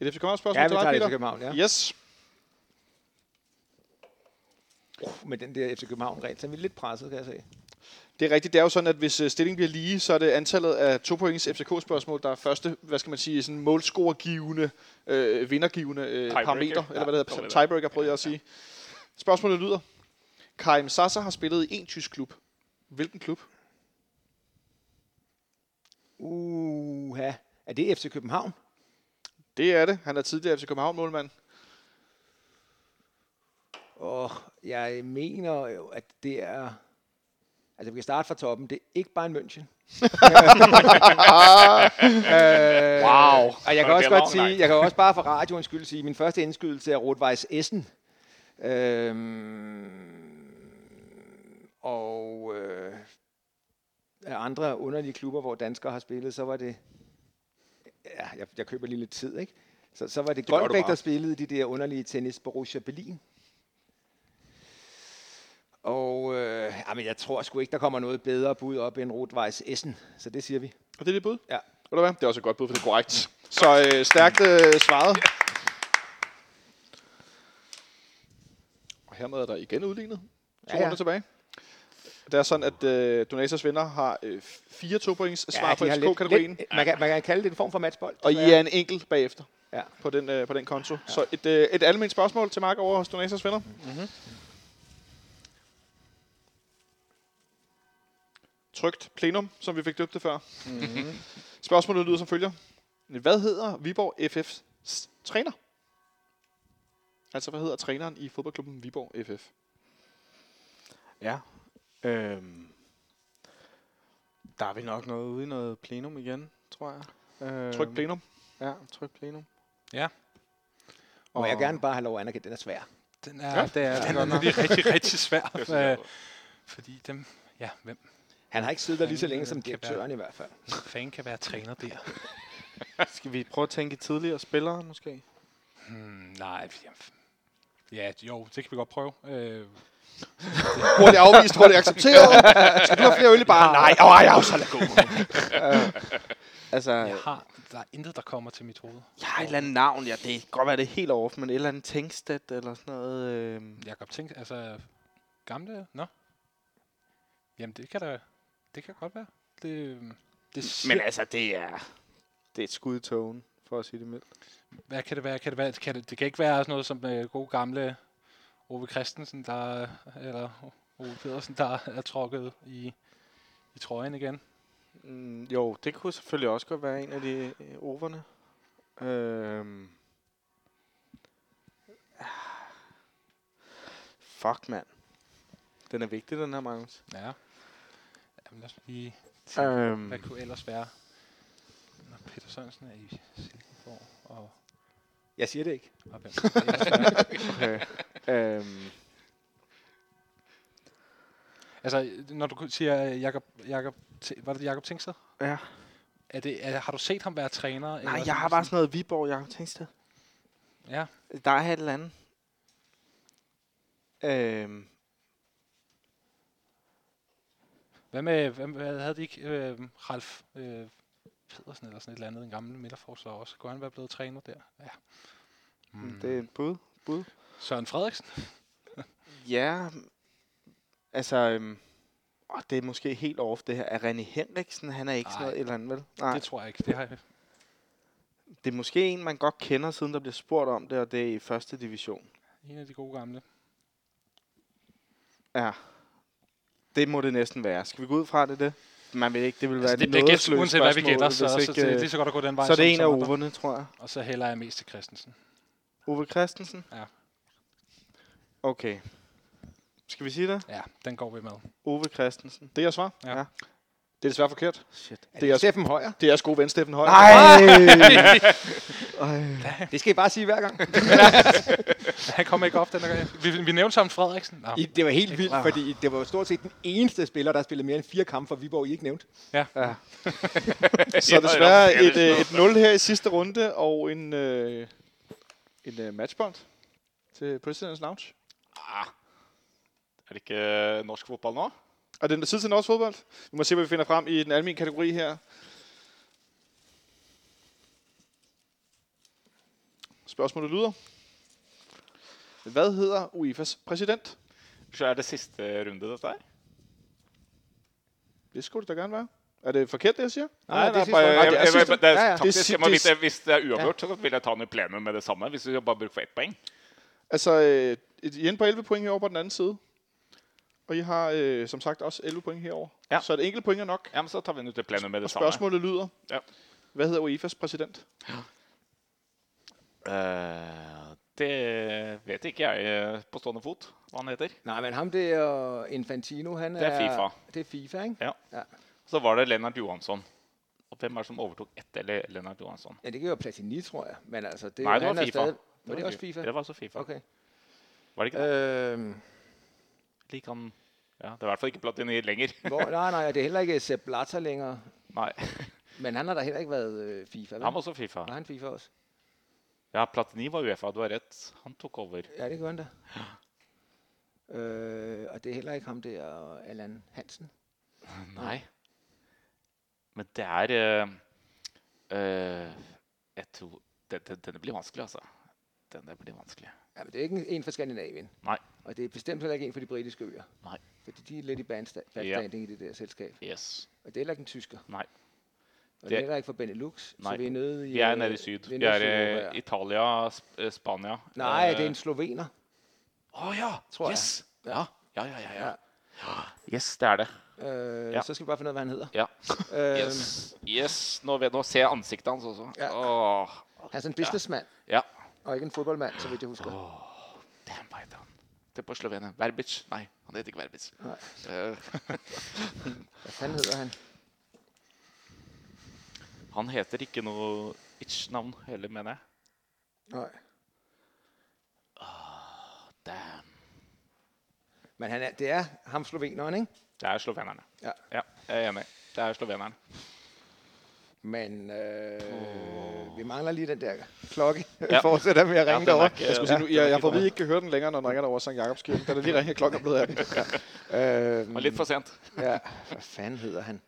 Speaker 2: Et FC København spørgsmål
Speaker 3: Ja, vi
Speaker 2: til dig,
Speaker 3: tager det FC
Speaker 2: Peter.
Speaker 3: København, ja.
Speaker 2: Yes.
Speaker 3: Uh, Men den der FC København-regel, så er vi lidt presset, kan jeg se.
Speaker 2: Det er rigtigt. Det er jo sådan, at hvis øh, stillingen bliver lige, så er det antallet af to points FCK-spørgsmål, der er første, hvad skal man sige, sådan målscoregivende, øh, vindergivende øh,
Speaker 4: Tiebreaker.
Speaker 2: parameter, eller hvad det
Speaker 4: Ja,
Speaker 2: hedder,
Speaker 4: dårligt.
Speaker 2: tiebreaker, prøvede jeg at sige. Spørgsmålet lyder, Karim Sasser har spillet i en tysk klub. Hvilken klub?
Speaker 3: Uha. Uh, Er det FC København?
Speaker 2: Det er det. Han er tidligere FC København-målmand.
Speaker 3: Og jeg mener jo, at det er... Altså, vi kan starte fra toppen. Det er ikke bare en München. øh,
Speaker 4: Wow.
Speaker 3: Og jeg
Speaker 4: Det
Speaker 3: kan
Speaker 4: bliver
Speaker 3: også godt
Speaker 4: lang
Speaker 3: sige,
Speaker 4: night.
Speaker 3: jeg kan også bare for radioens skyld sige, at min første indskydelse er Rotvejs Essen. Øhm, og øh, af andre underlige klubber, hvor danskere har spillet, så var det... Ja, jeg, jeg køber lige lidt tid, ikke? Så, så var det, det
Speaker 2: gør du
Speaker 3: Goldbæk,
Speaker 2: bare.
Speaker 3: der spillede i de der underlige tennis Borussia Berlin. Og øh, jamen, jeg tror sgu ikke, der kommer noget bedre bud op end Rotvejs Essen. Så det siger vi.
Speaker 2: Og det er dit bud?
Speaker 3: Ja.
Speaker 2: Ved du hvad? Det er også et godt bud, for det er korrekt. Så øh, stærkt øh, svaret. Og hermed er der igen udlignet. To
Speaker 3: Ja, ja.
Speaker 2: runder tilbage. Det er sådan, at øh, Donatas venner har øh, fire to points svar
Speaker 3: de
Speaker 2: på
Speaker 3: har
Speaker 2: FCK-kategorien.
Speaker 3: lidt, man, kan, man kan kalde det en form for matchbold.
Speaker 2: Og I
Speaker 3: desværre.
Speaker 2: er en enkelt bagefter
Speaker 3: Ja.
Speaker 2: på den, øh, på den konto. Ja. Så et, øh, et almindeligt spørgsmål til Mark over hos Donatas venner. Mm-hmm. Trygt plenum, som vi fik døbt det før. Mm-hmm. Spørgsmålet lyder som følger. Hvad hedder Viborg FF's træner? Altså, hvad hedder træneren i fodboldklubben Viborg FF?
Speaker 6: Ja. Øhm. Der er vi nok noget ude i noget plenum igen, tror jeg. Øhm.
Speaker 2: Trygt plenum.
Speaker 6: Ja, tryk plenum.
Speaker 3: Må jeg gerne bare have lov at anerkende, at den er svær.
Speaker 5: Den er, ja, det er, den er nemlig rigtig, rigtig svær. øh, fordi dem, ja, hvem
Speaker 3: Han har ikke siddet der lige så længe som
Speaker 5: Kan være.
Speaker 3: direktøren i hvert fald.
Speaker 5: fanden kan være træner der?
Speaker 6: Skal vi prøve at tænke i tidligere spillere, måske?
Speaker 5: Hmm, nej, jamen, ja, jo, det kan vi godt prøve. Øh,
Speaker 2: Hurtigt afvist, hurtigt accepteret. Skal du have flere øl i bare? Nej, åh, jeg er jo så lad gå.
Speaker 6: Altså,
Speaker 5: jeg har, der er intet, der kommer til mit hoved.
Speaker 6: jeg har et eller andet navn. Ja, det kan godt være, det er helt off, men et eller andet tænksted eller sådan noget. Øhm.
Speaker 5: Jakob Tænk, altså gamle, nå? Jamen det kan da, det kan godt være. Det, øhm, det siger,
Speaker 6: Men altså, det er... Det er et skud i togen, for at sige det mildt.
Speaker 5: hvad kan det være? Kan det, være? Kan det, det kan ikke være sådan noget som øh, gode gamle Ove Christensen, der, eller Ove Pedersen, der er trukket i, i trøjen igen.
Speaker 6: Mm, jo, det kunne selvfølgelig også godt være en af de øh, overne. Øhm. Ah. Fuck, mand. Den er vigtig, den her, Magnus.
Speaker 5: Ja. Jamen, lad os lige...
Speaker 6: Øhm,
Speaker 5: Hvad kunne ellers være? Når Peter Sørensen er i Silkeborg, og,
Speaker 3: Jeg siger det ikke.
Speaker 5: og hvem kunne det ellers være?
Speaker 6: okay. øhm,
Speaker 5: Altså, når du siger øh, Jakob, Jakob, T- var det Jakob Tingsted?
Speaker 6: ja.
Speaker 5: Er det, er, har du set ham være træner? eller
Speaker 6: Nej,
Speaker 5: sådan
Speaker 6: jeg har bare
Speaker 5: noget?
Speaker 6: sådan noget Viborg, Jacob Tingsted.
Speaker 5: Ja,
Speaker 6: Der er et eller andet. Øhm,
Speaker 5: hvad med, hvad, hvad havde de ikke, øh, Ralf øh, Pedersen eller sådan et eller andet, en gammel midterforsvarer også? Kunne han være blevet træner der? Ja. Hmm.
Speaker 6: mm. Det er et bud. bud.
Speaker 5: Søren Frederiksen?
Speaker 6: Ja, altså... Øhm, åh, det er måske helt off det her. Er René Henriksen, han er ikke sådan
Speaker 5: Nej.
Speaker 6: noget et eller andet, vel?
Speaker 5: Nej.
Speaker 6: Nej,
Speaker 5: Det tror jeg ikke. Det har jeg.
Speaker 6: det er måske en, man godt kender, siden der bliver spurgt om det, og det er i første division.
Speaker 5: En af de gode gamle.
Speaker 6: Ja, det må det næsten være. Skal vi gå ud fra at det, er det? Man ved ikke, det vil være
Speaker 5: Altså, det
Speaker 6: et
Speaker 5: bliver gæt,
Speaker 6: nådesløst
Speaker 5: uanset hvad vi
Speaker 6: spørgsmål,
Speaker 5: gætter, så,
Speaker 6: hvis
Speaker 5: så,
Speaker 6: ikke,
Speaker 5: det,
Speaker 6: øh,
Speaker 5: det er så godt at gå den vej.
Speaker 6: så er
Speaker 5: som
Speaker 6: det en af
Speaker 5: som andre.
Speaker 6: overne, tror jeg.
Speaker 5: Og så hælder jeg mest til Christensen.
Speaker 6: Ove Christensen?
Speaker 5: Ja.
Speaker 6: Okay. Skal vi sige det?
Speaker 5: Ja, den går vi med.
Speaker 6: Ove Christensen.
Speaker 2: Det er jeres svar?
Speaker 5: Ja.
Speaker 2: Det er desværre forkert.
Speaker 6: Shit.
Speaker 2: Det er jeres,
Speaker 3: Steffen Højer.
Speaker 2: det er jeres gode ven, Steffen Højer.
Speaker 3: Det skal I bare sige hver gang.
Speaker 5: Han kommer ikke op den her gang. Vi, vi nævnte sammen Frederiksen. Nå.
Speaker 3: I, det var helt vildt, fordi det var jo stort set den eneste spiller, der spillede mere end fire kampe for Viborg, I ikke nævnte.
Speaker 2: Så desværre et, øh, et 0 her i sidste runde, og en, øh, en øh, matchbond til President's Lounge.
Speaker 4: Er det ikke øh, norsk fotball nå?
Speaker 2: Og den er tid til norsk fodbold. Vi må se, hvad vi finder frem i den almindelige kategori her. Spørgsmålet lyder. Hvad hedder UEFA's præsident?
Speaker 4: Så er det siste runde, dette her.
Speaker 2: Det skulle det da gerne være. Er det forkert, det jeg siger?
Speaker 3: Nej, det er sidste
Speaker 4: bare-
Speaker 3: runde.
Speaker 4: jeg-
Speaker 2: Nej, det er
Speaker 4: jeg-
Speaker 2: sidste.
Speaker 4: jeg- det er
Speaker 2: Ja, ja.
Speaker 4: taktisk.
Speaker 2: Det er
Speaker 4: Jeg må
Speaker 2: sidste.
Speaker 4: vite, Hvis det er uavgjort, så vil jeg ta den i plenum med det samme. Hvis vi bare bruker for ett poeng.
Speaker 2: Altså, øh, et- I er inde på 11 point herovre på den anden side. Og I har øh, som sagt også 11 point herovre.
Speaker 4: Ja.
Speaker 2: Så et enkelt point er nok.
Speaker 4: Ja, men så tar vi den ut i plenum med det
Speaker 2: Og
Speaker 4: samme.
Speaker 2: spørgsmålet lyder.
Speaker 4: Ja.
Speaker 2: Hvad hedder UEFA's præsident?
Speaker 4: Eh, det vet ikke jeg eh, på stående fot hva han heter.
Speaker 3: Nej, men ham der Infantino, han er...
Speaker 4: Det er FIFA.
Speaker 3: Det er FIFA, ikke?
Speaker 4: Så var det Lennart Johansson. Og hvem er det som overtok etter Le- Lennart Johansson?
Speaker 3: Ja, det gør jo Platini, tror jeg. Men altså, det,
Speaker 4: Nej, det
Speaker 3: han
Speaker 4: var
Speaker 3: er
Speaker 4: FIFA.
Speaker 3: Stadig, var det også
Speaker 4: fi-
Speaker 3: FIFA?
Speaker 4: Det var også FIFA.
Speaker 3: Okay.
Speaker 4: Var det
Speaker 2: Eh,
Speaker 4: ikke det?
Speaker 3: Øhm,
Speaker 4: Lik han Ja, det er i hvert fall ikke Platini lenger.
Speaker 3: hvor, nej, nej, det er heller ikke Sepp Blatter længere.
Speaker 4: Nei,
Speaker 3: Men han har da heller ikke været øh, FIFA, vel?
Speaker 4: han var også FIFA.
Speaker 3: Var han FIFA også?
Speaker 4: Ja, Platini var Uefa, du har rett. Han tok over.
Speaker 3: Ja, det gjorde han da. Øh, og det er heller ikke ham der, Allan Hansen.
Speaker 4: Nei. Men det er eh, eh, Jeg tror den- den- Denne blir vanskelig, altså. Denne blir vanskelig.
Speaker 3: Ja, men det er ikke en- en fra Skandinavien.
Speaker 4: Nej.
Speaker 3: Og det er bestemt heller ikke en fra de britiske øer.
Speaker 4: Nej.
Speaker 3: Fordi de er lidt i bandsta- bandstanding ja. i det der selskab.
Speaker 4: Yes.
Speaker 3: Og det er heller ikke en tysker.
Speaker 4: Nej.
Speaker 3: Og det
Speaker 4: Det
Speaker 3: er
Speaker 4: er-
Speaker 3: heller ikke fra Benelux.
Speaker 4: Nej.
Speaker 3: Så vi er nede i...
Speaker 4: Vi er
Speaker 3: øh,
Speaker 4: nede i syd. Vi
Speaker 3: nede i
Speaker 4: er
Speaker 3: Sydeuropa,
Speaker 4: i
Speaker 3: ja.
Speaker 4: Italia, Sp- eh, Spania.
Speaker 3: Nej,
Speaker 4: eh,
Speaker 3: det er en slovener.
Speaker 4: Å ja!
Speaker 3: tror jeg.
Speaker 4: yes. Ja. Ja, ja, ja, ja.
Speaker 3: Ja.
Speaker 4: Yes, det er det.
Speaker 3: Øh,
Speaker 4: Ja.
Speaker 3: Så skal vi bare finde ud af, hvad han hedder.
Speaker 4: Ja.
Speaker 3: Øh,
Speaker 4: Yes. yes. Nå, ved, nå ser jeg ansiktet hans også.
Speaker 3: Ja.
Speaker 4: Åh,
Speaker 3: Han er sådan Altså en businessmand,
Speaker 4: ja.
Speaker 3: og ikke en fodboldmand, så vidt jeg husker.
Speaker 4: Damn, hva heter han? Det er på Slovenia. Verbic. Nei, han heter ikke Verbic.
Speaker 3: Nei.
Speaker 4: Eh,
Speaker 3: Hvad fanden hedder han?
Speaker 4: han heter ikke noe itch-navn heller, mener jeg.
Speaker 3: Nej.
Speaker 4: Damn.
Speaker 3: Men han er, det er ham sloveneren, ikke?
Speaker 4: Det er slovenerne.
Speaker 3: Ja.
Speaker 4: ja. Jeg er enig. Det er slovenerne.
Speaker 3: Men øh, vi mangler lige den der klokke.
Speaker 4: Ja.
Speaker 3: Ja. fortsætter med at
Speaker 4: Ja,
Speaker 3: ringe
Speaker 4: den er
Speaker 3: ja,
Speaker 4: ikke,
Speaker 2: Jeg, skulle sige, nu, jeg, jeg får at vide, I ikke kan høre den længere, når den ringer over Sankt Jakobskirken. Den er lige ringet klokken er blevet af den.
Speaker 3: derovre. Øh,
Speaker 4: Men litt for sent.
Speaker 3: ja. Hvad fanden hedder han?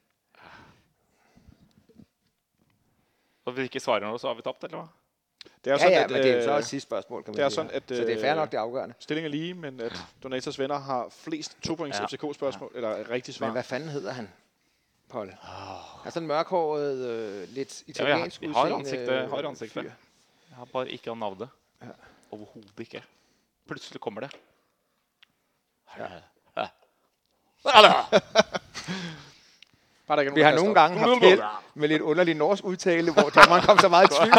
Speaker 4: Og hvis vi ikke svarer nå, så har vi tapt, eller hva?
Speaker 2: Det er jo
Speaker 3: Ja,
Speaker 2: sådan,
Speaker 3: ja,
Speaker 2: at,
Speaker 3: men det er jo så
Speaker 2: øh,
Speaker 3: også sidste spørgsmål, kan man
Speaker 2: det er
Speaker 3: sige.
Speaker 2: sådan, at,
Speaker 3: så det er fair
Speaker 2: øh,
Speaker 3: nok, det er afgørende.
Speaker 2: Stilling er lige, men
Speaker 3: Ah.
Speaker 2: at Donatas venner har flest to points
Speaker 4: Ja.
Speaker 2: ja. FCK-spørgsmål, ja. eller rigtige
Speaker 3: Men
Speaker 2: svar.
Speaker 3: hvad fanden hedder han, Paul? Han er sådan en mørkhåret, øh, lidt
Speaker 4: Ja, vi har,
Speaker 3: italiensk
Speaker 4: vi har
Speaker 3: udseende,
Speaker 4: ansiktet.
Speaker 2: eh,
Speaker 3: øh,
Speaker 4: Har ansiktet.
Speaker 3: fyr.
Speaker 4: Jeg har bare ikke navnet. Overhodet ikke. Plutselig kommer det. Ja.
Speaker 2: Bare der ikke er
Speaker 3: Vi har nogle gange haft held med lidt underlig norsk udtale, hvor dommeren kom så meget i tvivl.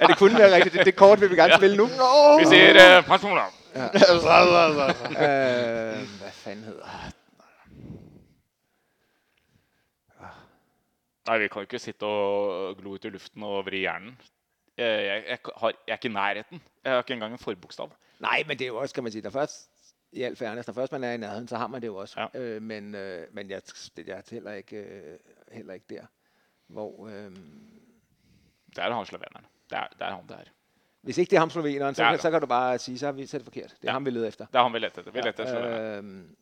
Speaker 3: at det kunne være rigtigt. Det, det kort vil vi gerne spille nu. Nå!
Speaker 4: Vi sier eh, pass på nå.
Speaker 3: Øh, hvad fanden hedder han?
Speaker 4: Nei, vi kan jo ikke sitte og glo ut i luften og vri hjernen. Jeg, jeg, jeg, har, jeg er ikke i nærheten. Jeg har ikke engang en forbokstav.
Speaker 3: Nej, men det er jo også, kan man sige, der først i al fairness, når først man er i nærheden, så har man det jo også.
Speaker 4: Ja.
Speaker 3: Øh, men øh, men jeg, jeg er heller ikke, øh, heller ikke der, hvor... Øh,
Speaker 4: Det er han sloveneren. Det er, det er han det er.
Speaker 3: Hvis ikke det er ham sloveneren, så,
Speaker 4: Det er
Speaker 3: kan,
Speaker 4: det.
Speaker 3: så kan du bare sige, så har vi så er det forkert. Det er
Speaker 4: Ja.
Speaker 3: ja. ham, vi leder efter.
Speaker 4: Det er han vi leter etter. Vi leter etter
Speaker 2: eh,
Speaker 4: sloveneren.
Speaker 3: Øhm.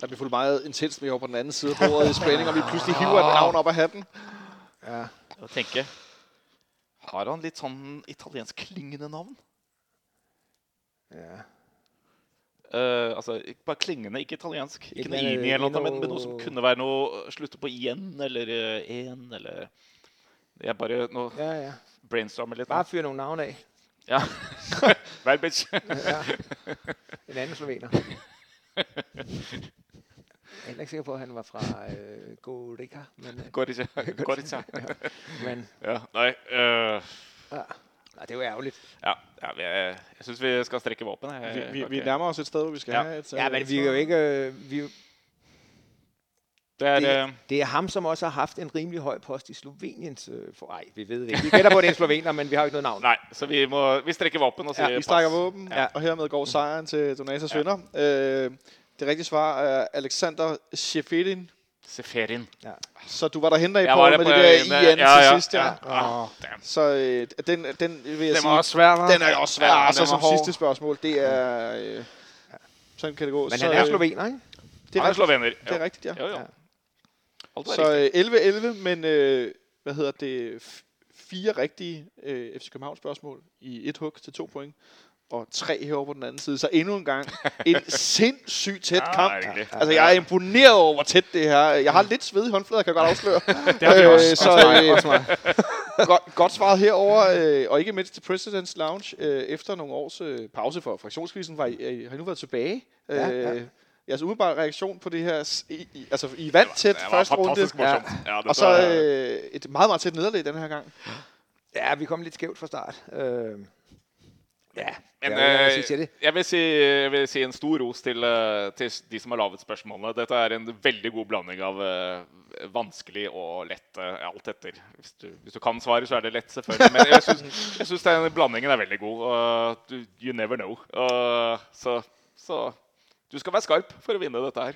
Speaker 2: Der bliver fuldt meget intenst med over på den anden side af bordet i spænding, og vi pludselig hiver et navn op af hatten.
Speaker 3: Ja.
Speaker 4: Og tenke Har han litt sånn italiensk klingende navn?
Speaker 3: ja.
Speaker 4: Eh, altså, ikke bare klingende, ikke italiensk. Ikke
Speaker 3: Ikke
Speaker 4: noe
Speaker 3: noe-
Speaker 4: ini eller noe,
Speaker 3: ikke
Speaker 4: men, men noe som
Speaker 3: noe-
Speaker 4: kunne være noe eh, Slutte på igjen eller eh, en eller Jeg bare nå
Speaker 3: ja, ja.
Speaker 4: brainstormer litt.
Speaker 3: Bare
Speaker 4: nå.
Speaker 3: fyr nogle navne af.
Speaker 4: Ja. Vær bitch.
Speaker 3: Ja. en anden slovener. Jeg er heller ikke sikker på, at han var fra øh, Gorica, men, øh,
Speaker 4: Går ikke. Går ikke.
Speaker 3: men ah.
Speaker 4: Ja, nei. eh,
Speaker 3: nej, det var ærgerligt.
Speaker 4: ja, ja vi, jeg, jeg syns vi skal strekke våpen. Jeg,
Speaker 2: Vi, vi, vi
Speaker 4: Ok.
Speaker 2: nærmer os et sted, hvor vi skal
Speaker 4: Ja.
Speaker 2: have et...
Speaker 3: Ja, men vi er jo ikke... Øh, vi, er jo-
Speaker 4: det er, eh,
Speaker 3: det, det er ham, som også har haft en rimelig høj post i Sloveniens... Øh, for, ej, vi ved det ikke. Vi gætter på, at det er en slovener, men vi har jo ikke noget navn.
Speaker 4: Nei, så vi må Vi strekker våpen og
Speaker 2: Ja,
Speaker 4: sier
Speaker 2: vi
Speaker 4: pass.
Speaker 2: strækker våben,
Speaker 3: Ja.
Speaker 2: ja. og hermed går sejren til Donatas venner. Øh, det rigtige svar er Alexander Shefedin.
Speaker 4: Seferin.
Speaker 3: Ja.
Speaker 2: Så du var der henne i
Speaker 4: Jeg
Speaker 2: på
Speaker 4: var
Speaker 2: med
Speaker 4: der
Speaker 2: det
Speaker 4: på
Speaker 2: der
Speaker 4: en, Ah.
Speaker 2: IN
Speaker 4: ja,
Speaker 2: til
Speaker 4: ja,
Speaker 2: sidst. Ja.
Speaker 4: ja.
Speaker 6: Åh,
Speaker 2: Så øh, den, den vil jeg
Speaker 6: den
Speaker 2: sige,
Speaker 6: var også svær, hva'?
Speaker 2: den er jo også svær.
Speaker 4: Ja,
Speaker 2: Ja, og så
Speaker 4: den
Speaker 2: som
Speaker 4: var hård.
Speaker 2: sidste spørgsmål, det er... Øh, sådan kan det gå.
Speaker 3: Men
Speaker 2: så,
Speaker 3: han er
Speaker 2: øh,
Speaker 3: slovener, ikke?
Speaker 2: Det er
Speaker 4: Han er
Speaker 2: rigtigt,
Speaker 4: slovener.
Speaker 2: det er rigtigt ja.
Speaker 4: Jo, jo.
Speaker 3: Ja.
Speaker 4: Alt er
Speaker 2: Så
Speaker 4: riktig.
Speaker 2: øh, 11-11, men øh, hvad hedder det? F- fire rigtige øh, FC København spørgsmål i et hug til to point. Og tre herovre på den anden side. Så endnu en gang en sindssygt øh, tæt
Speaker 4: Ah, Ja,
Speaker 2: kamp.
Speaker 4: egentlig.
Speaker 2: Altså, jeg er imponeret over, hvor tæt det her er. Jeg har lidt sved i håndflader, kan jeg godt afsløre.
Speaker 6: Det har vi
Speaker 2: Øh,
Speaker 6: også.
Speaker 2: så,
Speaker 6: også mig,
Speaker 2: øh,
Speaker 6: også mig.
Speaker 2: godt, godt svaret herover øh, og ikke mindst til President's Lounge. Øh, efter nogle års øh, pause for fraktionskrisen, var I, øh, har I nu været tilbage. Øh,
Speaker 3: Ja,
Speaker 2: ja,
Speaker 3: ja.
Speaker 2: ja. Jeres umiddelbare reaktion på det her, s- I, I, altså I vandt tæt
Speaker 4: Det var
Speaker 2: første runde,
Speaker 4: fantastisk morsomt. Ja,
Speaker 2: og
Speaker 4: dette
Speaker 2: så
Speaker 4: er-
Speaker 2: øh, et meget, meget tæt nederlag den her gang.
Speaker 3: Ja, vi kom lidt skævt fra start. Øh, ja, men, øh,
Speaker 4: Men
Speaker 3: jeg, jeg,
Speaker 4: eh,
Speaker 3: sige til det.
Speaker 4: jeg, vil si, jeg vil si en stor ros til, eh, til s- de som har laget spørsmålene. Dette er en veldig god blanding av eh, vanskelig og lett eh, alt etter. Hvis du, hvis du kan svaret, så er det lett, selvfølgelig. Men jeg syns, jeg syns den blandingen er veldig god. og du, you never know. Og så, så du skal være skarp for å vinne dette her.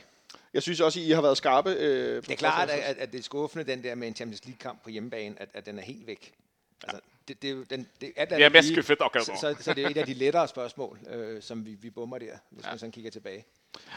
Speaker 2: Jeg synes også, I har været skarpe. Øh,
Speaker 3: Det er klart, at, at, at det er skuffende, den der med en Champions League-kamp på hjemmebane, at, at den er helt væk. Altså, det, det, er jo- den, det, er,
Speaker 4: Jeg er mest skuffet akkurat
Speaker 3: så,
Speaker 4: nå.
Speaker 3: så, så det er et af de lettere spørgsmål, øh, som vi, vi bummer der, hvis man sådan kigger tilbage.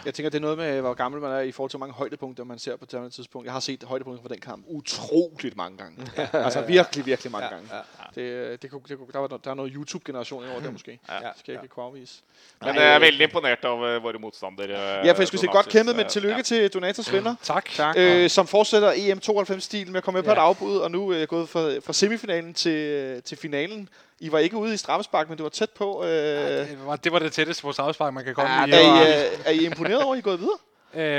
Speaker 2: Jeg tænker, det er noget med, hvor gammel man er i forhold til, hvor mange højdepunkter man ser på et andet tidspunkt. Jeg har set højdepunkter fra den kamp utroligt mange gange. altså virkelig, virkelig mange
Speaker 3: Ja,
Speaker 2: gange.
Speaker 3: ja, ja.
Speaker 2: Det, det, kunne, det kunne, der, var, no- der er noget YouTube-generation over der måske.
Speaker 3: Ja,
Speaker 2: Det skal jeg
Speaker 3: ja.
Speaker 2: ikke kunne afvise.
Speaker 4: Men jeg er veldig imponert av eh, våre motstandere. eh,
Speaker 2: Ja, for jeg skulle sige godt
Speaker 4: Donatus,
Speaker 2: kæmpet,
Speaker 4: eh,
Speaker 2: men tillykke
Speaker 4: ja.
Speaker 2: til Donatas venner,
Speaker 5: Tak. tak.
Speaker 2: øh, som fortsætter EM92-stilen med at komme med på
Speaker 5: Ja.
Speaker 2: et afbud, og nu øh, gået fra, fra semifinalen til, til finalen. I var ikke ude i straffespark, men det var tæt på. Øh, er,
Speaker 5: Det var, det var det tætteste på straffespark, man kan komme
Speaker 6: Ja,
Speaker 5: i.
Speaker 6: det
Speaker 2: I,
Speaker 6: var-
Speaker 2: øh, er I imponeret over, at I er gået videre?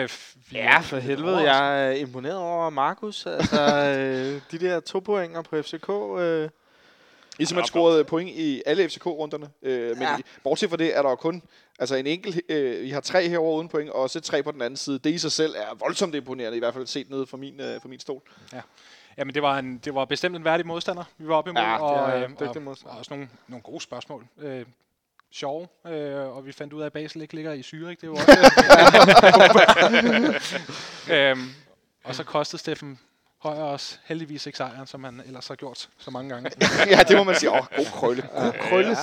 Speaker 5: Øh, f- vi
Speaker 6: Ja,
Speaker 5: er
Speaker 6: for
Speaker 5: lidt
Speaker 6: helvede.
Speaker 5: overrasket.
Speaker 6: Jeg er imponeret over Markus. Altså, øh, de der to pointer på FCK. Øh,
Speaker 2: I simpelthen Ligesom scorede point i alle FCK-runderne, øh, men
Speaker 6: Ja.
Speaker 2: ja. I, bortset fra det er der jo kun altså en enkelt, øh, I har tre herover uden point, og så tre på den anden side. Det i sig selv er voldsomt imponerende, i hvert fald set nede fra min, øh, fra min stol.
Speaker 5: Jamen, det var, en, det var bestemt en værdig modstander, vi var oppe imod.
Speaker 6: Ja, det er
Speaker 5: og,
Speaker 6: en
Speaker 5: øh,
Speaker 6: dygtig
Speaker 5: og,
Speaker 6: modstander.
Speaker 5: og også nogle, nogle gode spørgsmål. Øh, sjove, øh, og vi fandt ud af, at Basel ikke ligger i Zürich. Det var også... øhm, og så kostede Steffen Højer os heldigvis ikke sejren, som han ellers har gjort så mange gange.
Speaker 2: ja, det må man sige. Åh, god krølle. God krølle.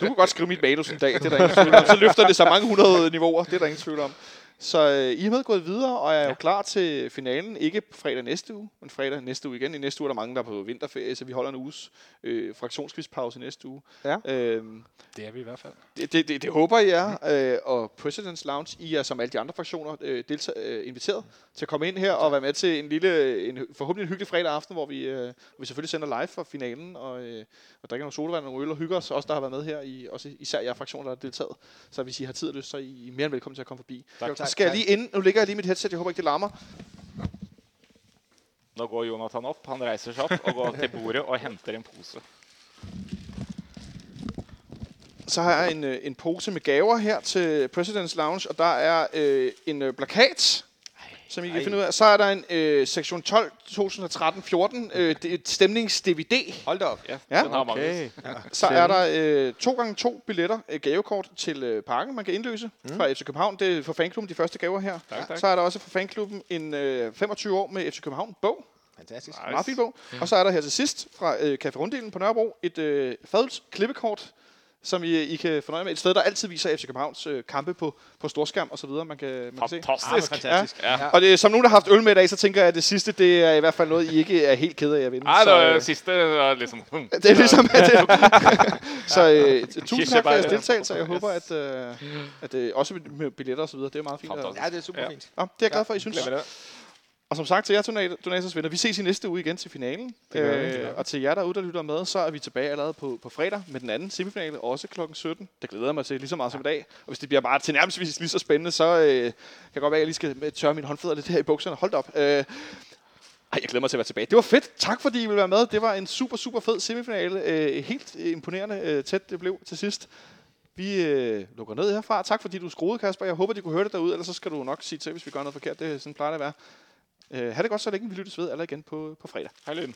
Speaker 2: Du kan godt skrive mit manus en dag, det er der ingen tvivl om. Så løfter det så mange hundrede niveauer, det er der ingen tvivl om. Så øh, I er med gået videre, og er jo klar til finalen. Ikke fredag næste uge, men fredag næste uge igen. I næste uge er der mange, der er på vinterferie, så vi holder en uges øh, fraktionskvidspause i næste uge.
Speaker 6: Ja.
Speaker 2: Øhm,
Speaker 5: Det er vi i hvert fald.
Speaker 2: det, det, det, det håber I er, øh, og President's Lounge, I er som alle de andre fraktioner øh, delta- øh, inviteret til at komme ind her og være med til en lille, en, forhåbentlig en hyggelig fredag aften, hvor vi, øh, hvor vi selvfølgelig sender live fra finalen og, øh, og drikker nogle sodavand og nogle øl og hygger os, også der har været med her, i, også især jer fraktioner, der har deltaget. Så hvis I har tid og lyst, så er I mere end velkommen til at komme forbi.
Speaker 4: Tak.
Speaker 2: Så skal jeg lige ind, nu ligger jeg lige i mit headset, jeg håber ikke det larmer.
Speaker 4: Nå går Jonathan opp. Han reiser seg opp og går til bordet og henter en pose.
Speaker 2: så har jeg en, øh, en pose med gaver her til President's Lounge, og der er øh, en øh, plakat, som I kan finde ud af. Så er der en øh, sektion 12 2013-14 øh, det er et stemnings-DVD.
Speaker 4: Hold da op. Ja,
Speaker 2: Ja,
Speaker 4: den har okay.
Speaker 2: Så er der øh, to gange to billetter, øh, gavekort til øh, parken, man kan indløse mm. fra FC København. Det er fra fanklubben, de første gaver her.
Speaker 4: Tak, tak.
Speaker 2: Så er der også fra fanklubben en øh, 25 år med FC København-bog.
Speaker 3: Fantastisk.
Speaker 2: Nice. Meget fin bog. Mm. Og så er der her til sidst fra øh, Café Runddelen på Nørrebro et øh, fadels klippekort, som I, I kan fornøje med. Et sted, der altid viser FC Københavns øh, kampe på, på storskærm og så videre, man kan, man kan se.
Speaker 4: Fantastisk.
Speaker 2: fantastisk.
Speaker 4: Ja. Ja.
Speaker 2: Og det, som nogen, der har haft øl med i dag, så tænker jeg, at det sidste, det er i hvert fald noget, I ikke er helt ked af at vinde.
Speaker 4: Ej,
Speaker 2: så,
Speaker 4: det
Speaker 2: øh,
Speaker 4: var sidste var ligesom... Hmm.
Speaker 2: det er ligesom, at det Så øh, tusind tak for jeres
Speaker 4: Kirsebær.
Speaker 2: deltagelse, og jeg håber, at, øh, at øh, også med- med billetter og så videre, det er meget fint. Og,
Speaker 4: Fantastisk.
Speaker 3: det er super fint.
Speaker 2: ja, det er jeg glad for, at I synes. Og som sagt til jer, donat- donatorsvenner, vi ses i næste uge igen til finalen. Øh, og til jer derude, der lytter med, så er vi tilbage allerede på, på fredag med den anden semifinale, også kl. 17. Det glæder jeg mig til lige så meget som i dag. Og hvis det bliver bare til nærmest lige så spændende, så øh, kan jeg godt være, at jeg lige skal øh, tørre mine håndflader lidt her i bukserne. Hold da op. Øh, ej, jeg glæder mig til at være tilbage. Det var fedt. Tak fordi I ville være med. Det var en super, super fed semifinale. Øh, helt imponerende øh, tæt det blev til sidst. Vi øh, lukker ned herfra. Tak fordi du skruede, Kasper. Jeg håber, de kunne høre det derude, ellers så skal du nok sige til, hvis vi gør noget forkert. Det er sådan plejer det at være. Øh, ha' det godt så længe. Vi lyttes ved alle igen på, på fredag.
Speaker 4: Hej, Løn.